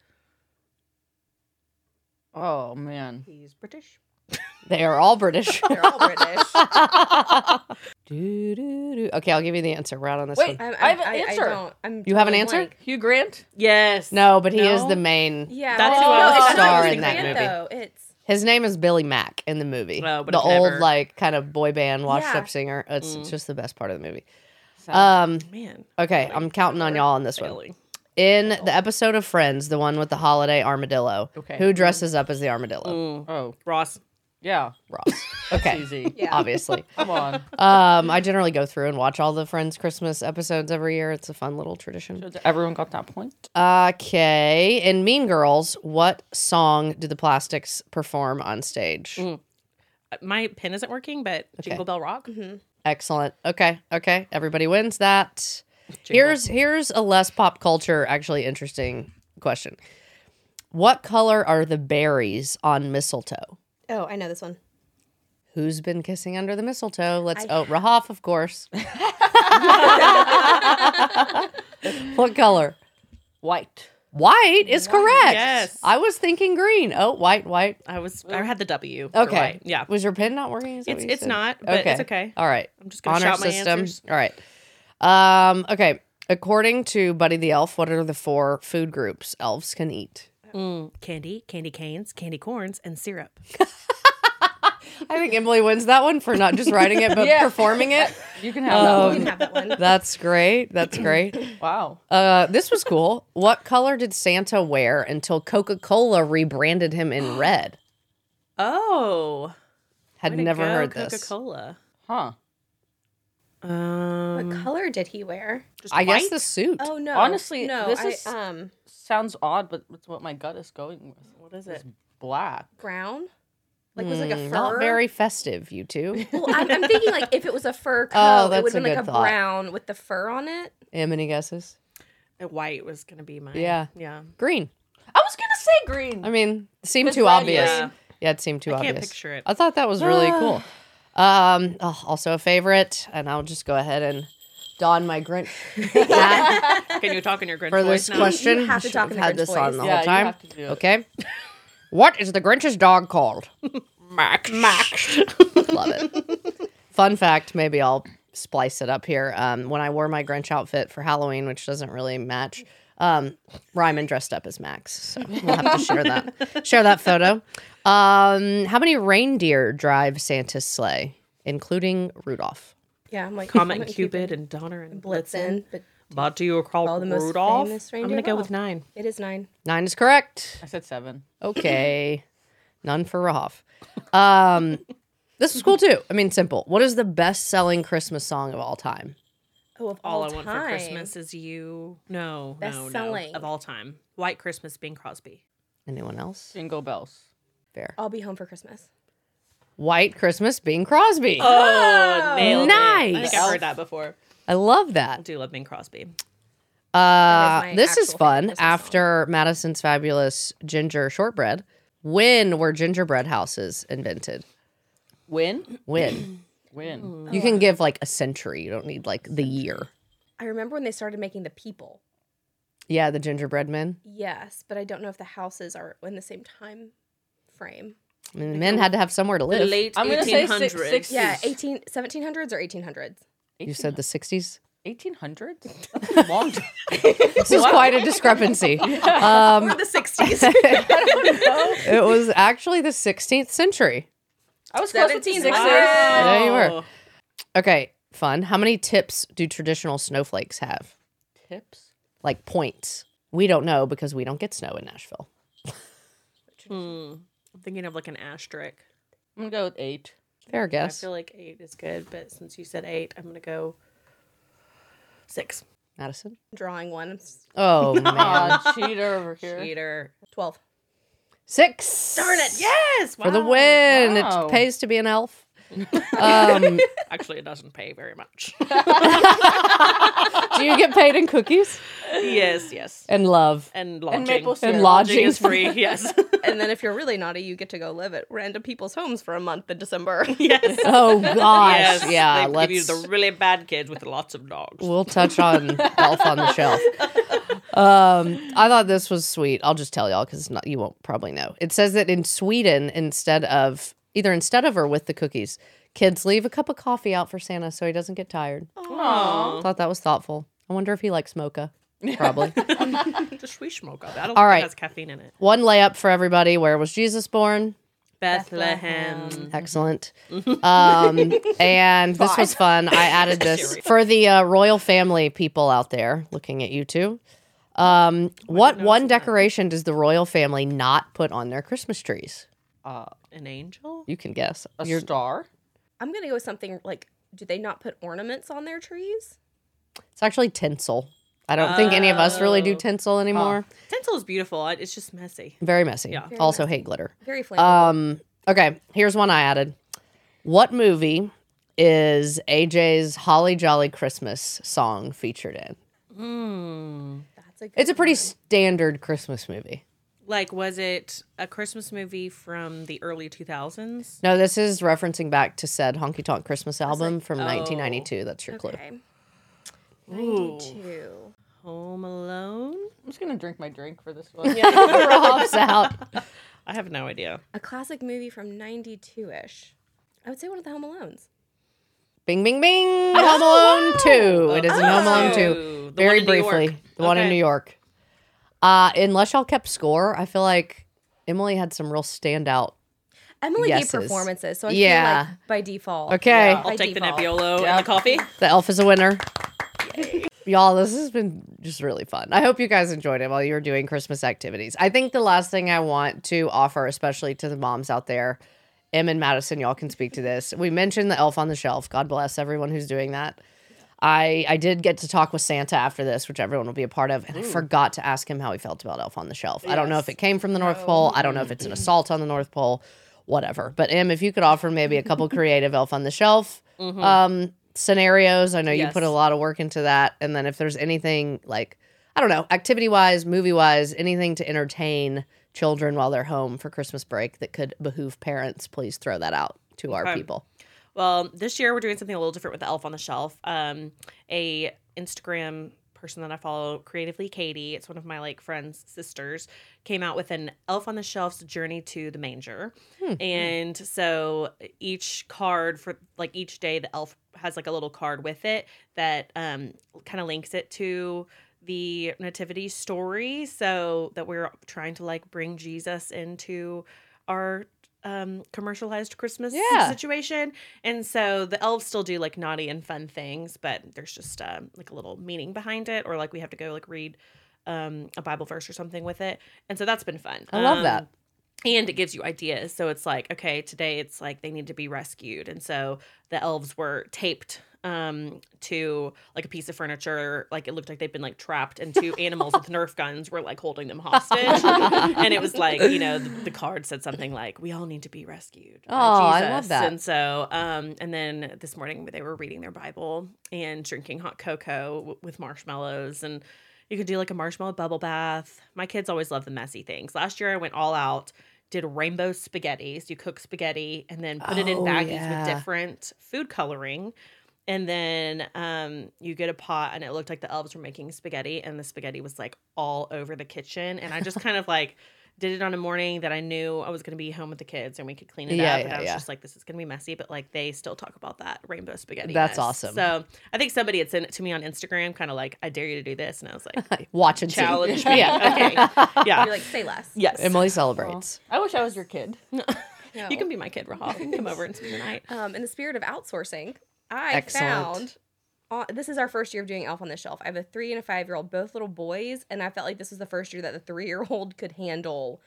Oh man. He's British. They are all British. They're all British. Do, do, do. Okay, I'll give you the answer. We're out on this Wait. one. I'm, I have an answer. don't. I'm You have an totally answer? blank. Hugh Grant. Yes. No, but he is No? the main. Yeah, That's well, who I no, was it's thinking. not Star Hugh in that Grant, movie. Though. It's His name is Billy Mack in the movie. No, but the I've old never- like kind of boy band Yeah. washed-up singer. It's just the best part of the movie. So, Um. Man. Okay, I'm counting on y'all on this one. Really. In the episode of Friends, the one with the holiday armadillo, Okay. who dresses up as the armadillo? Mm. oh Ross. yeah, Ross. Okay, easy. yeah. obviously. Come on. Um, I generally go through and watch all the Friends Christmas episodes every year. It's a fun little tradition. So everyone got that point. Okay. In Mean Girls, what song do the plastics perform on stage? My pen isn't working, but Jingle Bell Rock. Excellent. Okay. Okay. Everybody wins that. Here's here's a less pop culture actually interesting question. What color are the berries on mistletoe? oh, I know this one. Who's been kissing under the mistletoe? Let's oh Rahaf, of course. what color? White. White is correct. yes. I was thinking green. Oh, white, white. I was. I had the W. You're Okay. right. Yeah. Was your pen not working? Is that It's what you it's said? not, but it's okay. All right. I'm just gonna Honor shout my system. answers. All right. Um, okay. According to Buddy the Elf, what are the four food groups elves can eat? Mm. Candy, candy canes, candy corns, and syrup. I think Emily wins that one for not just writing it, but Yeah. performing it. You can have that Um, You can have that one. That's great. That's great. one. Wow. Uh, this was cool. What color did Santa wear until Coca Cola rebranded him in red? Oh. Had never heard this. Coca-Cola. Huh. Um, what color did he wear? just I guess white? the suit. Oh no. Honestly, no. this I, is- um Sounds odd, but it's what my gut is going with. What is it? Black. brown. Like was it like a Hmm, fur. Not very festive, you two. Well, I'm, I'm thinking like if it was a fur coat, Oh, that's it would have a been like good a thought. brown with the fur on it. Em, any guesses? Uh, white was gonna be my Yeah. yeah. Green. I was gonna say green. I mean, seemed It's too red, obvious. yeah. Yeah. it seemed too I obvious. can't picture it. I thought that was really Ah. cool. Um, oh, also a favorite, and I'll just go ahead and don my Grinch hat Can you talk in your Grinch for voice this now? question. You have to Should talk in the had Grinch this on voice. the Yeah, whole you time. have to do it. Okay. What is the Grinch's dog called? Max. Max. Love it. Fun fact, maybe I'll splice it up here. Um, when I wore my Grinch outfit for Halloween, which doesn't really match, um, Ryman dressed up as Max. So we'll have to share that. Share that photo. Um, how many reindeer drive Santa's sleigh, including Rudolph? Yeah, I'm like Comet and Cupid and Donner and Blitzen. Blitzen, but About to you call All the most Rudolph. famous I'm reindeer gonna go of with all. nine. it is nine. Nine is correct. I said seven. Okay. None for Rahoff. Um, this was cool too. I mean, simple. What is the best selling Christmas song of all time? Oh, of All, all, I want time. for Christmas is you. No, Best no, no. selling. Of all time, White Christmas, Bing Crosby. Anyone else? Jingle bells. Fair. I'll be home for Christmas. White Christmas Bing Crosby. Oh, nailed it. I Nice. think I've heard that before. I love I that. do love Bing Crosby. That is Uh, my this is actual favorite fun. Christmas song. After Madison's fabulous ginger shortbread, when were gingerbread houses invented? Win. When? Win. you can give like a century. You don't need like the year. I remember when they started making the people. Yeah, the gingerbread men. Yes, but I don't know if the houses are in the same time frame. I mean, the men had to have somewhere to The live. late I'm gonna say six- 1800s. six- Yeah, Jeez. 18, 1700s or 1800s. You said the 60s? 1800? That's a long time. This is quite a discrepancy. Um, or the 60s. it was actually the 16th century. I was close with the 17. sixes. Wow. There you were. Oh. Okay, fun. How many tips do traditional snowflakes have? Tips. Like points? We don't know because we don't get snow in Nashville. Hmm. I'm thinking of like an asterisk. I'm gonna go with eight. Fair guess. I feel like eight is good, but since you said eight, I'm gonna go six. Madison? Drawing one. It's Oh, man. Aw, Uh, cheater over here. Cheater. 12. Six. Darn it! Yes. For the wow. win. wow. It pays to be an elf. um, Actually, it doesn't pay very much. do you get paid in cookies? yes. Yes. And love. And lodging. maple syrup. And Yeah, Lodging lodging. is free. Yes. And then if you're really naughty, you get to go live at random people's homes for a month in December. yes. Oh, gosh. Yes. yeah, They let's. give you the really bad kids with lots of dogs. We'll touch on Elf on the Shelf. Um, I thought this was sweet. I'll just tell y'all because not you won't probably know. It says that in Sweden, instead of either instead of or with the cookies, Kids, leave a cup of coffee out for Santa so he doesn't get tired. Aww. Thought that was thoughtful. I wonder if he likes mocha. Probably. Just we smoke up. I don't All think right. it has caffeine in it. One layup for everybody. Where was Jesus born? Bethlehem. Excellent. Um, and this was fun. I added this for the uh, royal family people out there looking at you two. Um, what one decoration does the royal family not put on their Christmas trees? Uh, An angel? You can guess. a You're- star. I'm gonna go with something like, do they not put ornaments on their trees? it's actually tinsel. I don't think any of us really do Oh. tinsel anymore. Tinsel is beautiful. I- It's just messy. Very messy. Yeah. Very also hate glitter. Very flammable. Um, okay, here's one I added. What movie is AJ's Holly Jolly Christmas song featured in? Mm. That's a good Uh, It's a pretty one. standard Christmas movie. Like, was it a Christmas movie from the early 2000s? No, this is referencing back to said Honky Tonk Christmas album from oh. 1992. That's your clue. Okay. 92. Home Alone? I'm just gonna drink my drink for this one. Rob's out. I have no idea. A classic movie from 92 ish. I would say one of the Home Alones. Bing, bing, bing. Home Alone 2. It is in Home Alone 2. Oh, the Very one in New York. briefly. The one in Okay. New York. Uh, unless y'all kept score, I feel like Emily had some real standout. Emily Yeses. gave performances, so I Yeah. feel like by default. Okay. by I'll take the default. Nebbiolo and the coffee. The elf is a winner. Y'all, this has been just really fun. I hope you guys enjoyed it while you were doing Christmas activities. I think the last thing I want to offer, especially to the moms out there, Em and Madison, y'all can speak to this. We mentioned the elf on the shelf. God bless everyone who's doing that. I I did get to talk with Santa after this, which everyone will be a part of, and Mm. I forgot to ask him how he felt about Elf on the Shelf. I don't know if it came from the North Pole. I don't know if it's an assault on the North Pole, whatever. But Em, if you could offer maybe a couple creative Elf on the Shelf um, scenarios, I know you put Mm-hmm. Yes. a lot of work into that. And then if there's anything like I don't know, activity wise, movie wise, anything to entertain children while they're home for Christmas break that could behoove parents, please throw that out to our Okay. people. Well, this year we're doing something a little different with the Elf on the Shelf. Um, a Instagram person that I follow, creatively Katie, it's one of my like friends' sisters, came out with an Elf on the Shelf's journey to the manger, Hmm, and so each card for like each day, the elf has like a little card with it that um, kind of links it to the nativity story so that we're trying to like bring jesus into our um commercialized christmas Yeah. situation and so the elves still do like naughty and fun things but there's just um like a little meaning behind it or like we have to go like read um a bible verse or something with it and so that's been fun I love Um, that. and it gives you ideas. So it's like, okay, today it's like they need to be rescued. And so the elves were taped um to like a piece of furniture like it looked like they'd been like trapped and two animals with nerf guns were like holding them hostage and it was like you know the, the card said something like we all need to be rescued by Oh, I love Jesus." that. and so um and then this morning they were reading their bible and drinking hot cocoa w- with marshmallows and you could do like a marshmallow bubble bath. My kids always love the messy things. Last year I went all out, did rainbow spaghetti. So you cook spaghetti and then put it in Oh, baggies yeah. with different food coloring. And then um, you get a pot, and it looked like the elves were making spaghetti, and the spaghetti was like all over the kitchen. And I just kind of like did it on a morning that I knew I was going to be home with the kids and we could clean it Yeah, up. and yeah, I was yeah. just like, this is going to be messy, but like they still talk about that rainbow spaghetti. That's mess. awesome. So I think somebody had sent it to me on Instagram, kind of like, I dare you to do this. And I was like, Watch and see. challenge me. yeah. Okay. You're Yeah. like, say less. Yes. Emily celebrates. I wish I was your kid. No. You can be my kid, Rahaf. You can come over and spend the night. Um, in the spirit of outsourcing, I Excellent. found uh, this is our first year of doing Elf on the Shelf. I have a three and a five year old, both little boys, and I felt like this was the first year that the three year old could handle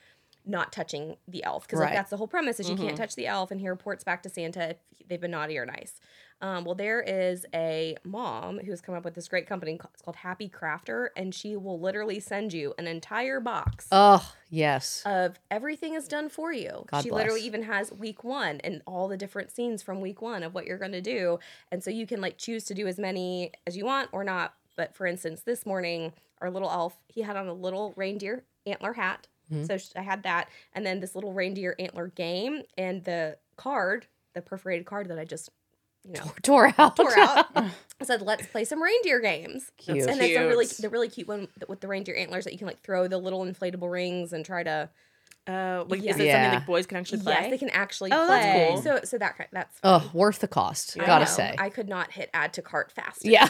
not touching the elf because Right. Mm-hmm. like that's the whole premise is you can't touch the elf and he reports back to Santa if they've been naughty or nice. Um, well, there is a mom who's come up with this great company. ca- It's called Happy Crafter, and she will literally send you an entire box Oh, yes. of everything is done for you. God she literally bless. even has week one and all the different scenes from week one of what you're going to do. And so you can like choose to do as many as you want or not. But for instance, this morning, our little elf, he had on a little reindeer antler hat. Mm-hmm. So sh- I had that. And then this little reindeer antler game and the card, the perforated card that I just, you know, Tore out. tore out. said, let's play some reindeer games. Cute. And it's a really Cute. the really cute one with the reindeer antlers that you can like throw the little inflatable rings and try to Uh, like, Yeah. Is it Yeah. something like boys can actually play? Yes, they can actually play. Oh, that's cool. So so that kind that's Oh, worth the cost. I gotta know. say. I could not hit add to cart fast. yeah.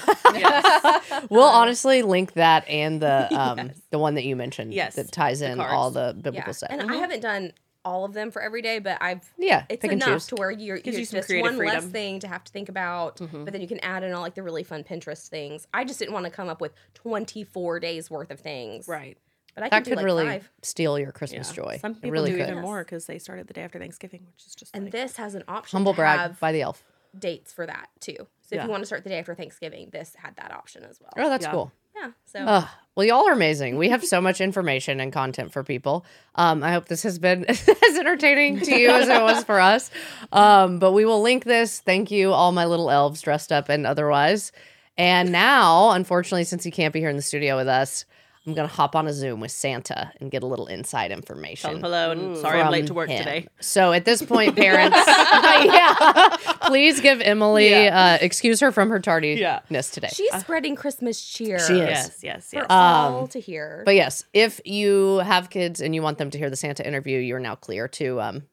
we'll honestly link that and the um the one that you mentioned. Yes, That ties in cards. all the biblical yeah. stuff. And Mm-hmm. I haven't done all of them for every day, but I've yeah. it's pick and enough choose. to where you're, you're you some just one creative less freedom. thing to have to think about, Mm-hmm. but then you can add in all like the really fun Pinterest things. I just didn't want to come up with 24 days worth of things, Right. But I that can could do like really five. steal your Christmas Yeah. joy. Some it people really do could. even more because they started the day after Thanksgiving, which is just And like, this has an option Humble to brag have by the elf. dates for that too. So if Yeah. you want to start the day after Thanksgiving, this had that option as well. Oh, that's Yeah. cool. Yeah. So Ugh. well, y'all are amazing. We have so much information and content for people. Um, I hope this has been as entertaining to you as it was for us. Um, but we will link this. Thank you, all my little elves dressed up and otherwise. And now, unfortunately, since you can't be here in the studio with us, I'm gonna hop on a Zoom with Santa and get a little inside tell them information. hello and sorry I'm Mm. from late to work him. today. So at this point, parents, yeah, please give Emily Yeah. uh, excuse her from her tardiness Yeah. today. she's spreading Christmas cheer. She is. Yes, yes, yes. For all to hear. But yes, if you have kids and you want them to hear the Santa interview, you're now clear to um,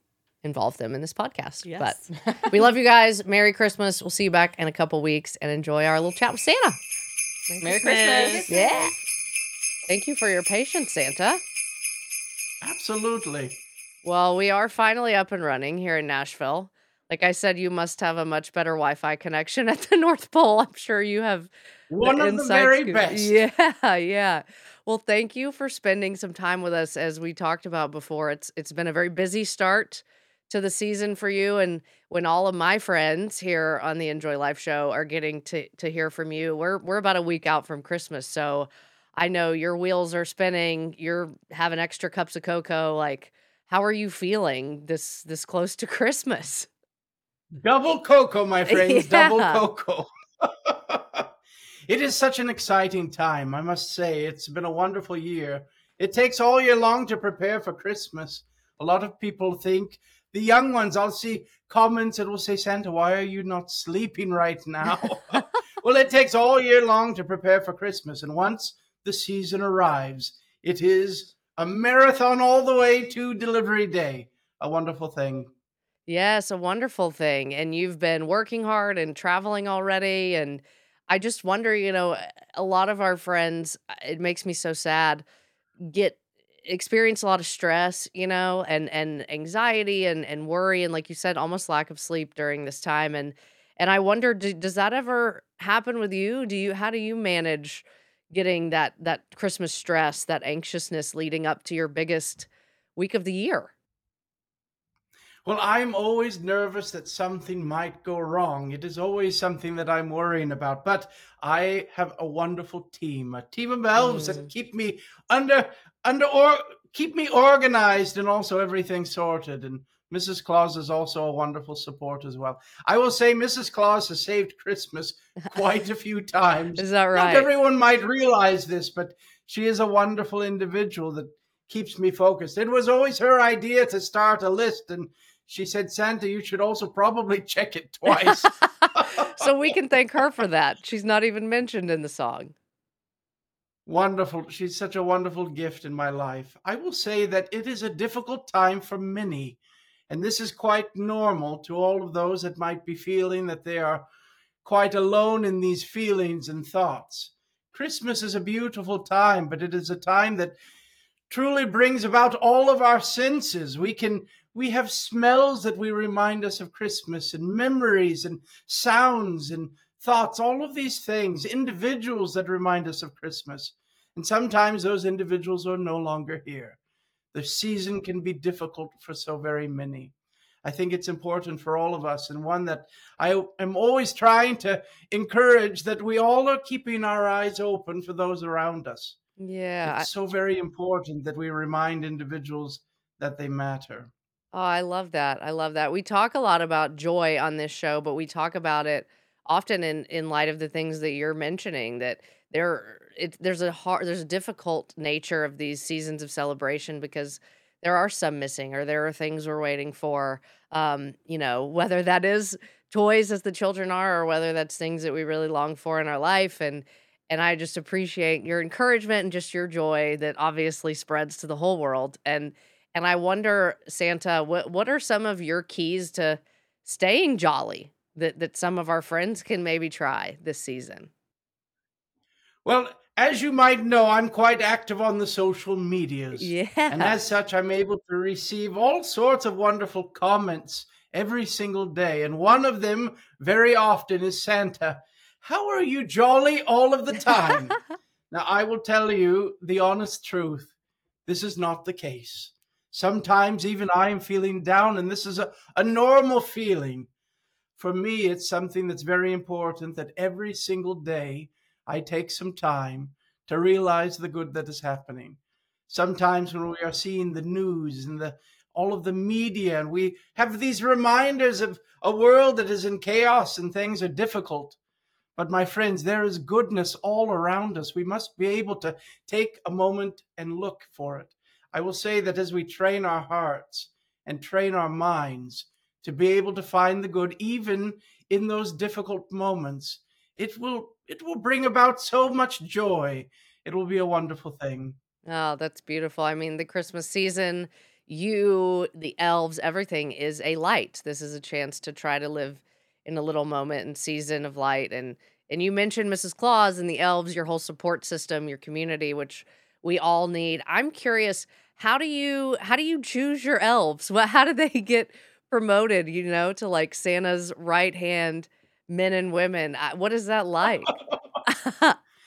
involve them in this podcast. Yes. But we love you guys. Merry Christmas. We'll see you back in a couple weeks and enjoy our little chat with Santa. Merry Christmas. Yeah. Thank you for your patience, Santa. Absolutely. Well, we are finally up and running here in Nashville. Like I said, you must have a much better Wi Fi connection at the North Pole. I'm sure you have One of the inside very scoop. best. Yeah, yeah. Well, thank you for spending some time with us as we talked about before. It's it's been a very busy start to the season for you and when all of my friends here on the Enjoy Life show are getting to to hear from you. We're we're about a week out from Christmas, so I know your wheels are spinning. You're having extra cups of cocoa like how are you feeling this this close to Christmas? Double cocoa, my friends. Double Yeah. cocoa. it is such an exciting time, I must say. It's been a wonderful year. It takes all year long to prepare for Christmas. A lot of people think the young ones, I'll see comments that will say, Santa, why are you not sleeping right now? well, it takes all year long to prepare for Christmas. And once the season arrives, it is a marathon all the way to delivery day. A wonderful thing. Yes, a wonderful thing. And you've been working hard and traveling already. And I just wonder, you know, a lot of our friends, uh, it makes me so sad, get experience a lot of stress, you know, and and anxiety and and worry and like you said, almost lack of sleep during this time. And and I wonder, do, does that ever happen with you? Do you how do you manage getting that that Christmas stress, that anxiousness leading up to your biggest week of the year? Well, I'm always nervous that something might go wrong. It is always something that I'm worrying about. But I have a wonderful team, a team of elves that keep me under under or keep me organized and also everything sorted. And Mrs. Claus is also a wonderful support as well. I will say Mrs. Claus has saved Christmas quite a few times. Is that right? Not everyone might realize this, but she is a wonderful individual that keeps me focused. It was always her idea to start a list, and she said, Santa, you should also probably check it twice. so we can thank her for that. She's not even mentioned in the song. wonderful. She's such a wonderful gift in my life. I will say that it is a difficult time for many, and this is quite normal to all of those that might be feeling that they are quite alone in these feelings and thoughts. Christmas is a beautiful time, but it is a time that truly brings about all of our senses. We can we have smells that we remind us of Christmas and memories and sounds and thoughts, all of these things, individuals that remind us of Christmas. And sometimes those individuals are no longer here. The season can be difficult for so very many. I think it's important for all of us, and one that I am always trying to encourage that we all are keeping our eyes open for those around us. Yeah. I- It's so very important that we remind individuals that they matter. Oh, I love that. I love that. We talk a lot about joy on this show, but we talk about it often in in light of the things that you're mentioning that there it, there's a hard there's a difficult nature of these seasons of celebration because there are some missing or there are things we're waiting for um you know whether that is toys as the children are or whether that's things that we really long for in our life and and I just appreciate your encouragement and just your joy that obviously spreads to the whole world and And I wonder, Santa, what what are some of your keys to staying jolly that that some of our friends can maybe try this season? Well, as you might know, I'm quite active on the social medias. Yeah. And as such, I'm able to receive all sorts of wonderful comments every single day. And one of them, very often, is Santa, how are you jolly all of the time? now, I will tell you the honest truth this is not the case. Sometimes even I am feeling down, and this is a, a normal feeling. For me, it's something that's very important that every single day I take some time to realize the good that is happening sometimes when we are seeing the news and the all of the media and we have these reminders of a world that is in chaos and things are difficult but my friends there is goodness all around us we must be able to take a moment and look for it i will say that as we train our hearts and train our minds to be able to find the good even in those difficult moments it will it will bring about so much joy it will be a wonderful thing Oh, that's beautiful. I mean, the Christmas season, you, the elves, everything is a light. This is a chance to try to live in a little moment and season of light. And and you mentioned Mrs. Claus and the elves, your whole support system, your community, which we all need. I'm curious, how do you how do you choose your elves? Well, how do they get promoted? You know, to like Santa's right hand men and women. I- What is that like?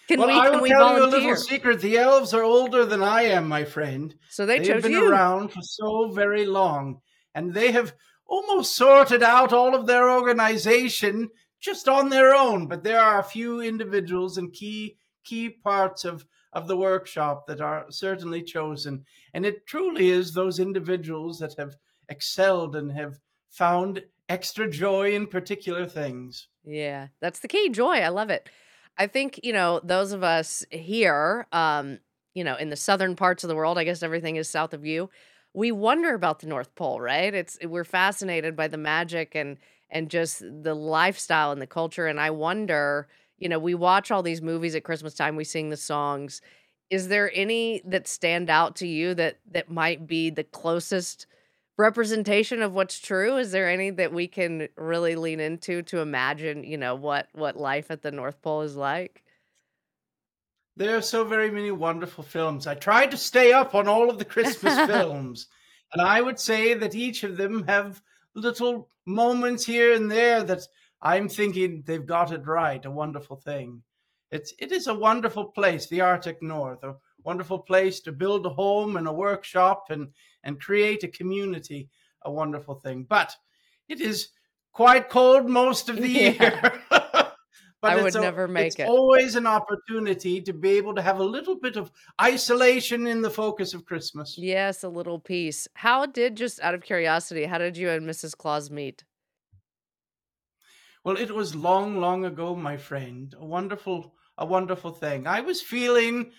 can well, we I can will we tell you a volunteer? little secret. The elves are older than I am, my friend. So they, They have chose been you. around for so very long, and they have almost sorted out all of their organization just on their own. But there are a few individuals and key key parts of of the workshop that are certainly chosen, and it truly is those individuals that have excelled and have found extra joy in particular things. Yeah, that's the key. Joy. I love it. I think, you know, those of us here, um, you know, in the southern parts of the world, I guess everything is south of you. We wonder about the North Pole, right? It's we're fascinated by the magic and and just the lifestyle and the culture. And I wonder, you know, we watch all these movies at Christmas time, we sing the songs. Is there any that stand out to you that that might be the closest representation of what's true is there any that we can really lean into to imagine you know what what life at the north pole is like There are so very many wonderful films. I tried to stay up on all of the Christmas films, and I would say that each of them have little moments here and there that I'm thinking they've got it right, a wonderful thing. It's it is a wonderful place, the Arctic North, a wonderful place to build a home and a workshop and and create a community, a wonderful thing. But it is quite cold most of the year. but I it's would never make it's it. always an opportunity to be able to have a little bit of isolation in the focus of Christmas. yes a little piece how did just out of curiosity how did you and mrs claus meet Well, it was long, long ago, my friend. A wonderful, a wonderful thing. I was feeling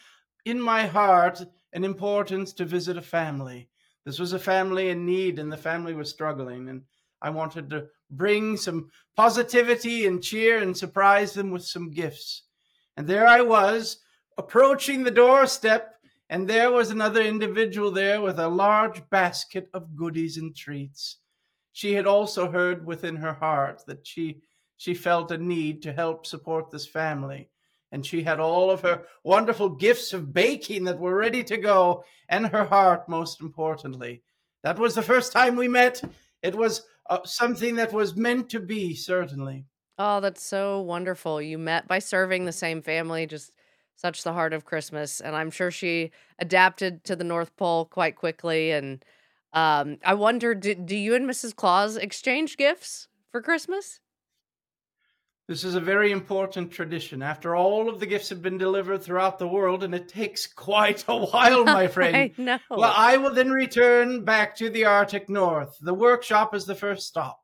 in my heart an importance to visit a family. This was a family in need, and the family was struggling. And I wanted to bring some positivity and cheer and surprise them with some gifts. And there I was approaching the doorstep, and there was another individual there with a large basket of goodies and treats she had also heard within her heart that she she felt a need to help support this family and she had all of her wonderful gifts of baking that were ready to go and her heart most importantly that was the first time we met it was uh, something that was meant to be certainly oh that's so wonderful you met by serving the same family just such the heart of christmas and i'm sure she adapted to the north pole quite quickly and um i wonder do, do you and mrs claus exchange gifts for christmas This is a very important tradition. After all of the gifts have been delivered throughout the world, and it takes quite a while, my friend. I know. Well, I will then return back to the Arctic North. The workshop is the first stop.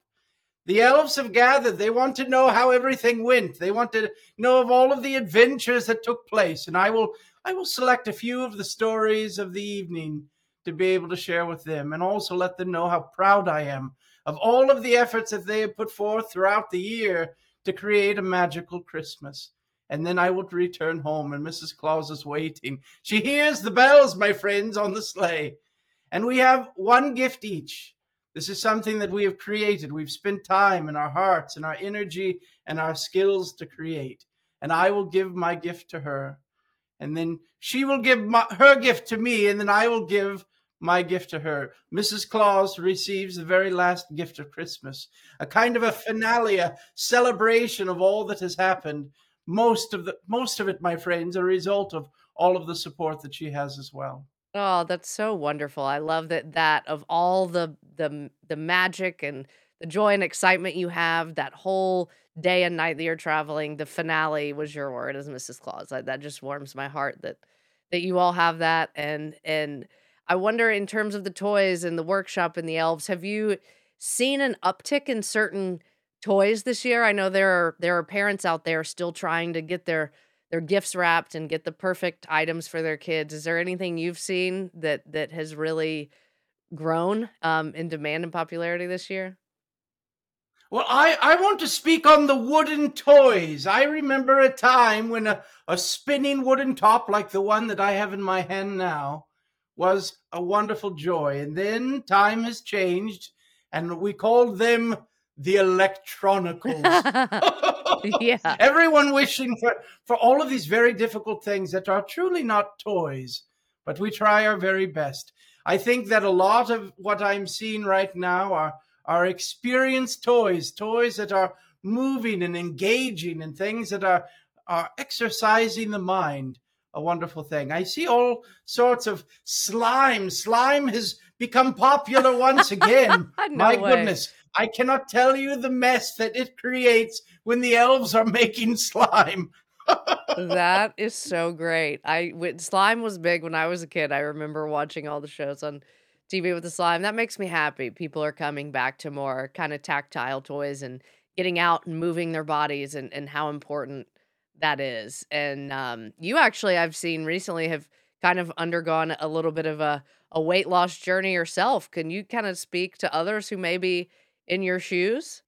The elves have gathered. They want to know how everything went. They want to know of all of the adventures that took place, and I will I will select a few of the stories of the evening to be able to share with them and also let them know how proud I am of all of the efforts that they have put forth throughout the year to create a magical Christmas. And then I will return home, and Mrs. Claus is waiting. She hears the bells, my friends, on the sleigh. And we have one gift each. This is something that we have created. We've spent time and our hearts and our energy and our skills to create. And I will give my gift to her. And then she will give my, her gift to me. And then I will give my gift to her. Mrs. Claus receives the very last gift of Christmas, a kind of a finale, a celebration of all that has happened. Most of the most of it, my friends, a result of all of the support that she has as well. Oh, that's so wonderful. I love that that of all the the the magic and the joy and excitement you have that whole day and night that you're traveling, the finale was your word as Mrs. Claus. I, that just warms my heart that that you all have that and and I wonder in terms of the toys and the workshop and the elves, have you seen an uptick in certain toys this year? I know there are there are parents out there still trying to get their their gifts wrapped and get the perfect items for their kids. Is there anything you've seen that that has really grown um, in demand and popularity this year? Well, I, I want to speak on the wooden toys. I remember a time when a, a spinning wooden top like the one that I have in my hand now was a wonderful joy. And then time has changed, and we called them the electronicals. Yeah. Everyone wishing for, for all of these very difficult things that are truly not toys, but we try our very best. I think that a lot of what I'm seeing right now are are experienced toys, toys that are moving and engaging and things that are are exercising the mind. A wonderful thing. I see all sorts of slime. Slime has become popular once again. No My way. goodness. I cannot tell you the mess that it creates when the elves are making slime. that is so great. I when slime was big when I was a kid. I remember watching all the shows on TV with the slime. That makes me happy. People are coming back to more kind of tactile toys and getting out and moving their bodies and and how important that is. And um, you actually I've seen recently have kind of undergone a little bit of a a weight loss journey yourself. Can you kind of speak to others who may be in your shoes?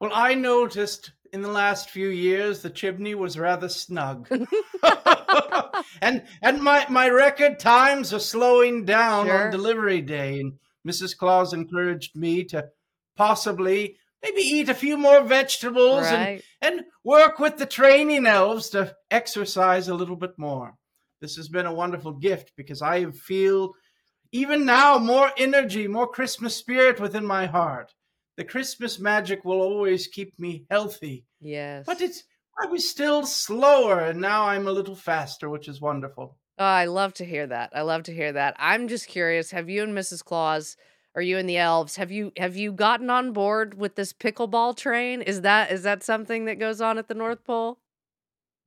Well, I noticed in the last few years the chimney was rather snug. and and my, my record times are slowing down Sure. on delivery day. And Mrs. Claus encouraged me to possibly maybe eat a few more vegetables Right. and, and work with the training elves to exercise a little bit more. This has been a wonderful gift because I feel even now more energy, more Christmas spirit within my heart. The Christmas magic will always keep me healthy, Yes. but it's I was still slower, and now I'm a little faster, which is wonderful. Oh, I love to hear that. I love to hear that. I'm just curious, have you and Mrs. Claus or you and the elves, have you have you gotten on board with this pickleball train? Is that is that something that goes on at the North Pole?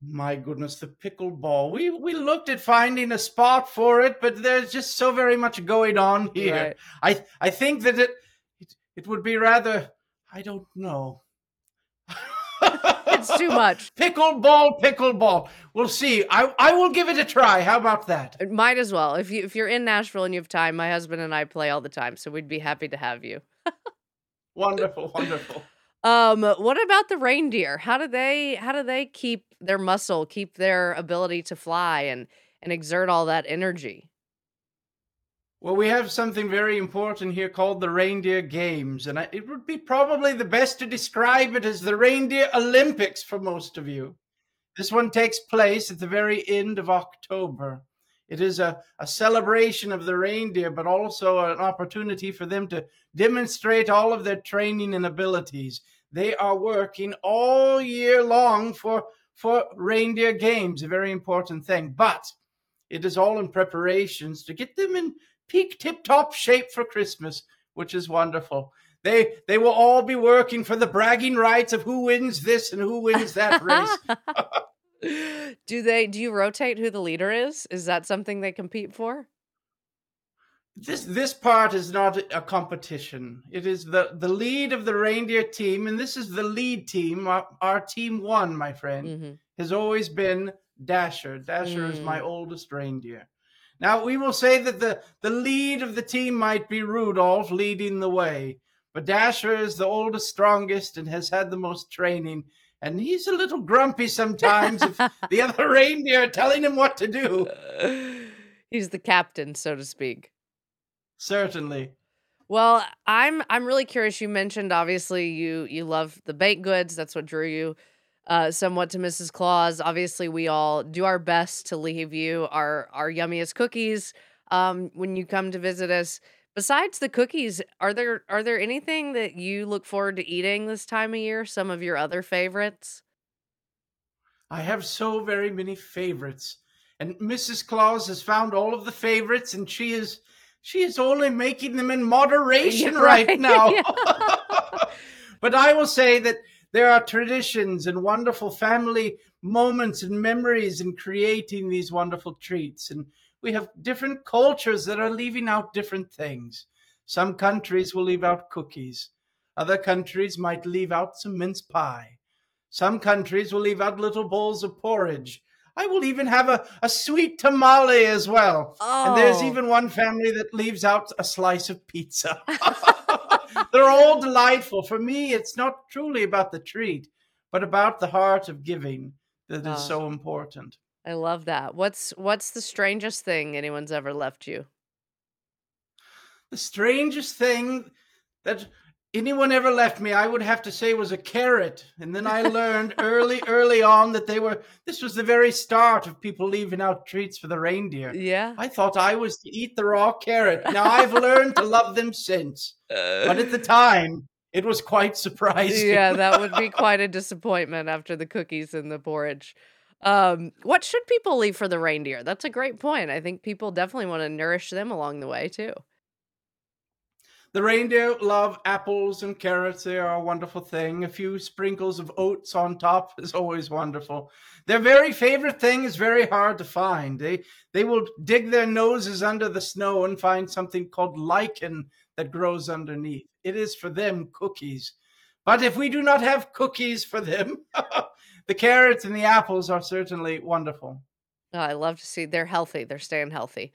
My goodness, the pickleball. We we looked at finding a spot for it, but there's just so very much going on here. I I think that it it, it would be rather I don't know. It's too much. Pickleball, pickleball. We'll see. I I will give it a try. How about that? It might as well. If you if you're in Nashville and you have time, my husband and I play all the time, so we'd be happy to have you. Wonderful, wonderful. Um, what about the reindeer? How do they how do they keep their muscle, keep their ability to fly and and exert all that energy? Well, we have something very important here called the Reindeer Games, and I, it would be probably the best to describe it as the Reindeer Olympics for most of you. This one takes place at the very end of October. It is a, a celebration of the reindeer, but also an opportunity for them to demonstrate all of their training and abilities. They are working all year long for, for reindeer games, a very important thing. But it is all in preparations to get them in peak tip top shape for Christmas, which is wonderful. They they will all be working for the bragging rights of who wins this and who wins that race. do they do you rotate who the leader is? Is that something they compete for? This this part is not a competition. It is the the lead of the reindeer team, and this is the lead team. Our, our team one, my friend. Mhm. has always been Dasher. Dasher is my Mm. oldest reindeer. Now, we will say that the, the lead of the team might be Rudolph leading the way, but Dasher is the oldest, strongest, and has had the most training. And he's a little grumpy sometimes if the other reindeer are telling him what to do. Mm-hmm. He's the captain, so to speak. Certainly. Well, I'm I'm really curious. You mentioned obviously you you love the baked goods. That's what drew you uh, somewhat to Mrs. Claus. Obviously, we all do our best to leave you our our yummiest cookies um, when you come to visit us. Besides the cookies, are there are there anything that you look forward to eating this time of year? Some of your other favorites? I have so very many favorites. And Mrs. Claus has found all of the favorites and she is she is only making them in moderation Yeah, right, right. now. Yeah. but I will say that there are traditions and wonderful family moments and memories in creating these wonderful treats. And we have different cultures that are leaving out different things. Some countries will leave out cookies. Other countries might leave out some mince pie. Some countries will leave out little bowls of porridge. I will even have a, a sweet tamale as well. And there's Oh. even one family that leaves out a slice of pizza. They're all delightful. For me, it's not truly about the treat, but about the heart of giving that is Ah. so important. I love that. What's what's the strangest thing anyone's ever left you? The strangest thing that anyone ever left me, I would have to say, was a carrot. And then I learned early, early on that they were, this was the very start of people leaving out treats for the reindeer. Yeah. I thought I was to eat the raw carrot. Now I've learned to love them since. But at the time, it was quite surprising. Uh. yeah, that would be quite a disappointment after the cookies and the porridge. Um, what should people leave for the reindeer? That's a great point. I think people definitely want to nourish them along the way too. The reindeer love apples and carrots. They are a wonderful thing. A few sprinkles of oats on top is always wonderful. Their very favorite thing is very hard to find. They they will dig their noses under the snow and find something called lichen that grows underneath. It is for them cookies. But if we do not have cookies for them, the carrots and the apples are certainly wonderful. Oh, I love to see they're healthy. They're staying healthy.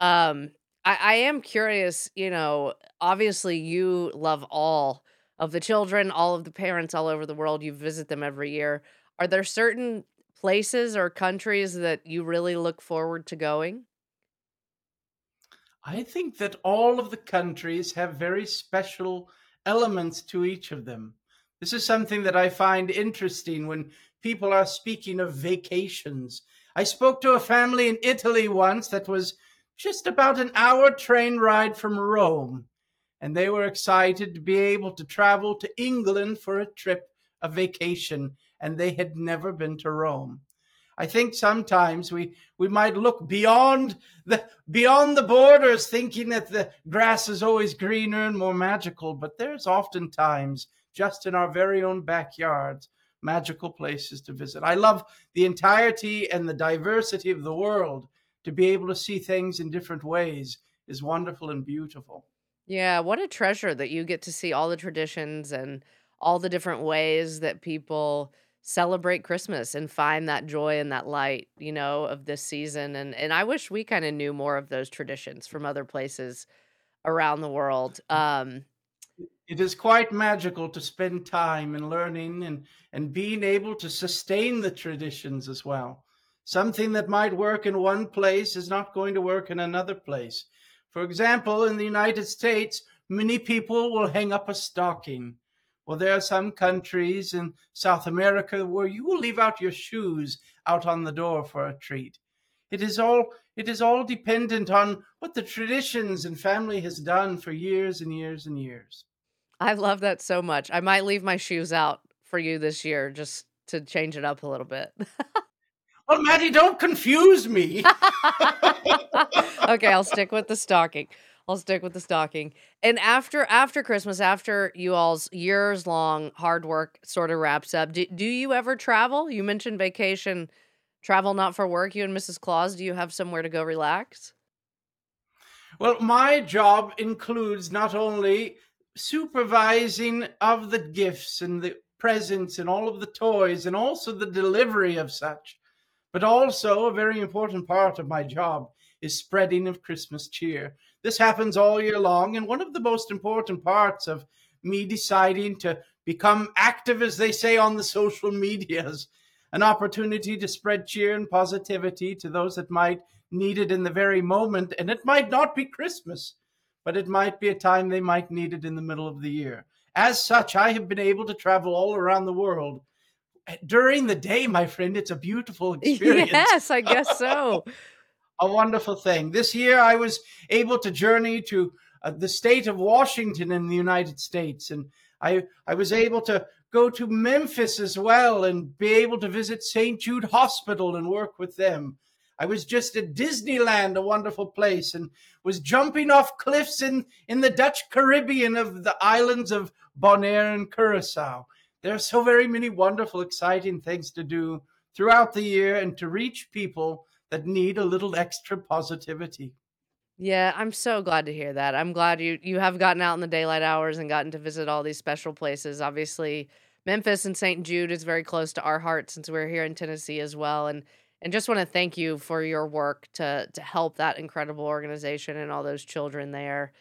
Um, I, I am curious. You know, obviously, you love all of the children, all of the parents all over the world. You visit them every year. Are there certain places or countries that you really look forward to going? I think that all of the countries have very special elements to each of them. This is something that I find interesting when people are speaking of vacations. I spoke to a family in Italy once that was just about an hour train ride from Rome, and they were excited to be able to travel to England for a trip, a vacation, and they had never been to Rome. I think sometimes we we might look beyond the beyond the borders, thinking that the grass is always greener and more magical. But there's oftentimes just in our very own backyards magical places to visit. I love the entirety and the diversity of the world. To be able to see things in different ways is wonderful and beautiful. Yeah, what a treasure that you get to see all the traditions and all the different ways that people celebrate Christmas and find that joy and that light, you know, of this season. And and I wish we kind of knew more of those traditions from other places around the world. Um, it is quite magical to spend time in learning and, and being able to sustain the traditions as well. Something that might work in one place is not going to work in another place. For example, in the United States, many people will hang up a stocking. Well, there are some countries in South America where you will leave out your shoes out on the door for a treat. It is all it is all dependent on what the traditions and family has done for years and years and years. I love that so much. I might leave my shoes out for you this year just to change it up a little bit. Oh, Maddie, don't confuse me. okay, I'll stick with the stocking. I'll stick with the stocking. And after after Christmas, after you all's years long hard work sort of wraps up, do, do you ever travel? You mentioned vacation, travel not for work. You and Mrs. Claus, do you have somewhere to go relax? well, my job includes not only supervising of the gifts and the presents and all of the toys and also the delivery of such, but also a very important part of my job is spreading of Christmas cheer. This happens all year long, and one of the most important parts of me deciding to become active, as they say on the social medias, an opportunity to spread cheer and positivity to those that might need it in the very moment. And it might not be Christmas, but it might be a time they might need it in the middle of the year. As such, I have been able to travel all around the world. During the day, my friend, it's a beautiful experience Yes, I guess so. a wonderful thing. This year, I was able to journey to uh, the state of Washington in the United States, and I I was able to go to Memphis as well and be able to visit St. Jude Hospital and work with them. I was just at Disneyland, a wonderful place, and was jumping off cliffs in, in the Dutch Caribbean of the islands of Bonaire and Curacao. There are so very many wonderful, exciting things to do throughout the year and to reach people that need a little extra positivity. Yeah, I'm so glad to hear that. I'm glad you you have gotten out in the daylight hours and gotten to visit all these special places. Obviously, Memphis and St. Jude is very close to our heart since we're here in Tennessee as well. And and just want to thank you for your work to to help that incredible organization and all those children there.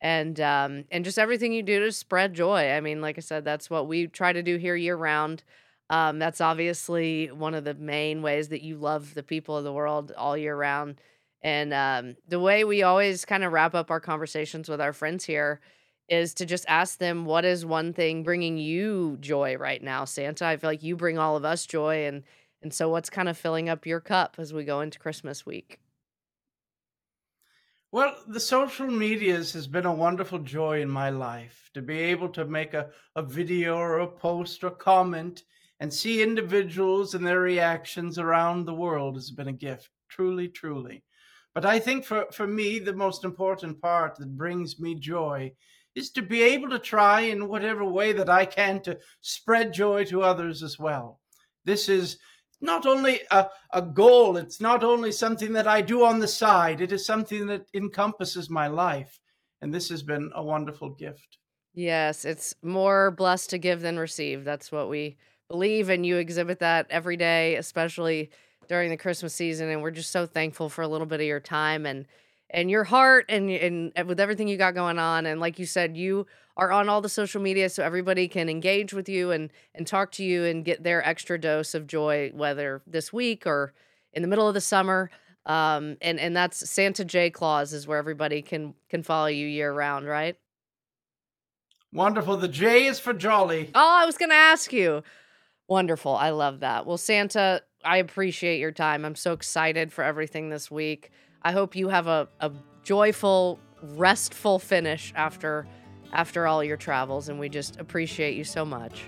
And um and just everything you do to spread joy. I mean, like I said, that's what we try to do here year round. Um, that's obviously one of the main ways that you love the people of the world all year round. And um, the way we always kind of wrap up our conversations with our friends here is to just ask them, what is one thing bringing you joy right now, Santa? I feel like you bring all of us joy. And, and so, what's kind of filling up your cup as we go into Christmas week? Well, the social medias has been a wonderful joy in my life to be able to make a, a video or a post or comment and see individuals and their reactions around the world has been a gift, truly, truly. But I think for, for me, the most important part that brings me joy is to be able to try in whatever way that I can to spread joy to others as well. This is not only a, a goal, it's not only something that I do on the side, it is something that encompasses my life. And this has been a wonderful gift. Yes, it's more blessed to give than receive. That's what we believe, and you exhibit that every day, especially during the Christmas season. And we're just so thankful for a little bit of your time and and your heart and and with everything you got going on. And like you said, you are on all the social media, so everybody can engage with you and and talk to you and get their extra dose of joy, whether this week or in the middle of the summer. Um, and and that's Santa J Claus is where everybody can can follow you year round, right? Wonderful. The J is for jolly. Oh, I was going to ask you. Wonderful. I love that. Well, Santa, I appreciate your time. I'm so excited for everything this week. I hope you have a, a joyful, restful finish after after all your travels and we just appreciate you so much.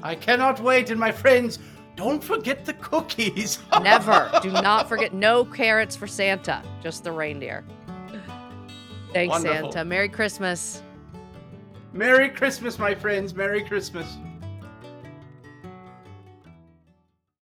I cannot wait. And my friends, don't forget the cookies. Never. do not forget no carrots for Santa, just the reindeer. Thanks Wonderful. Santa. Merry Christmas. Merry Christmas, my friends. Merry Christmas.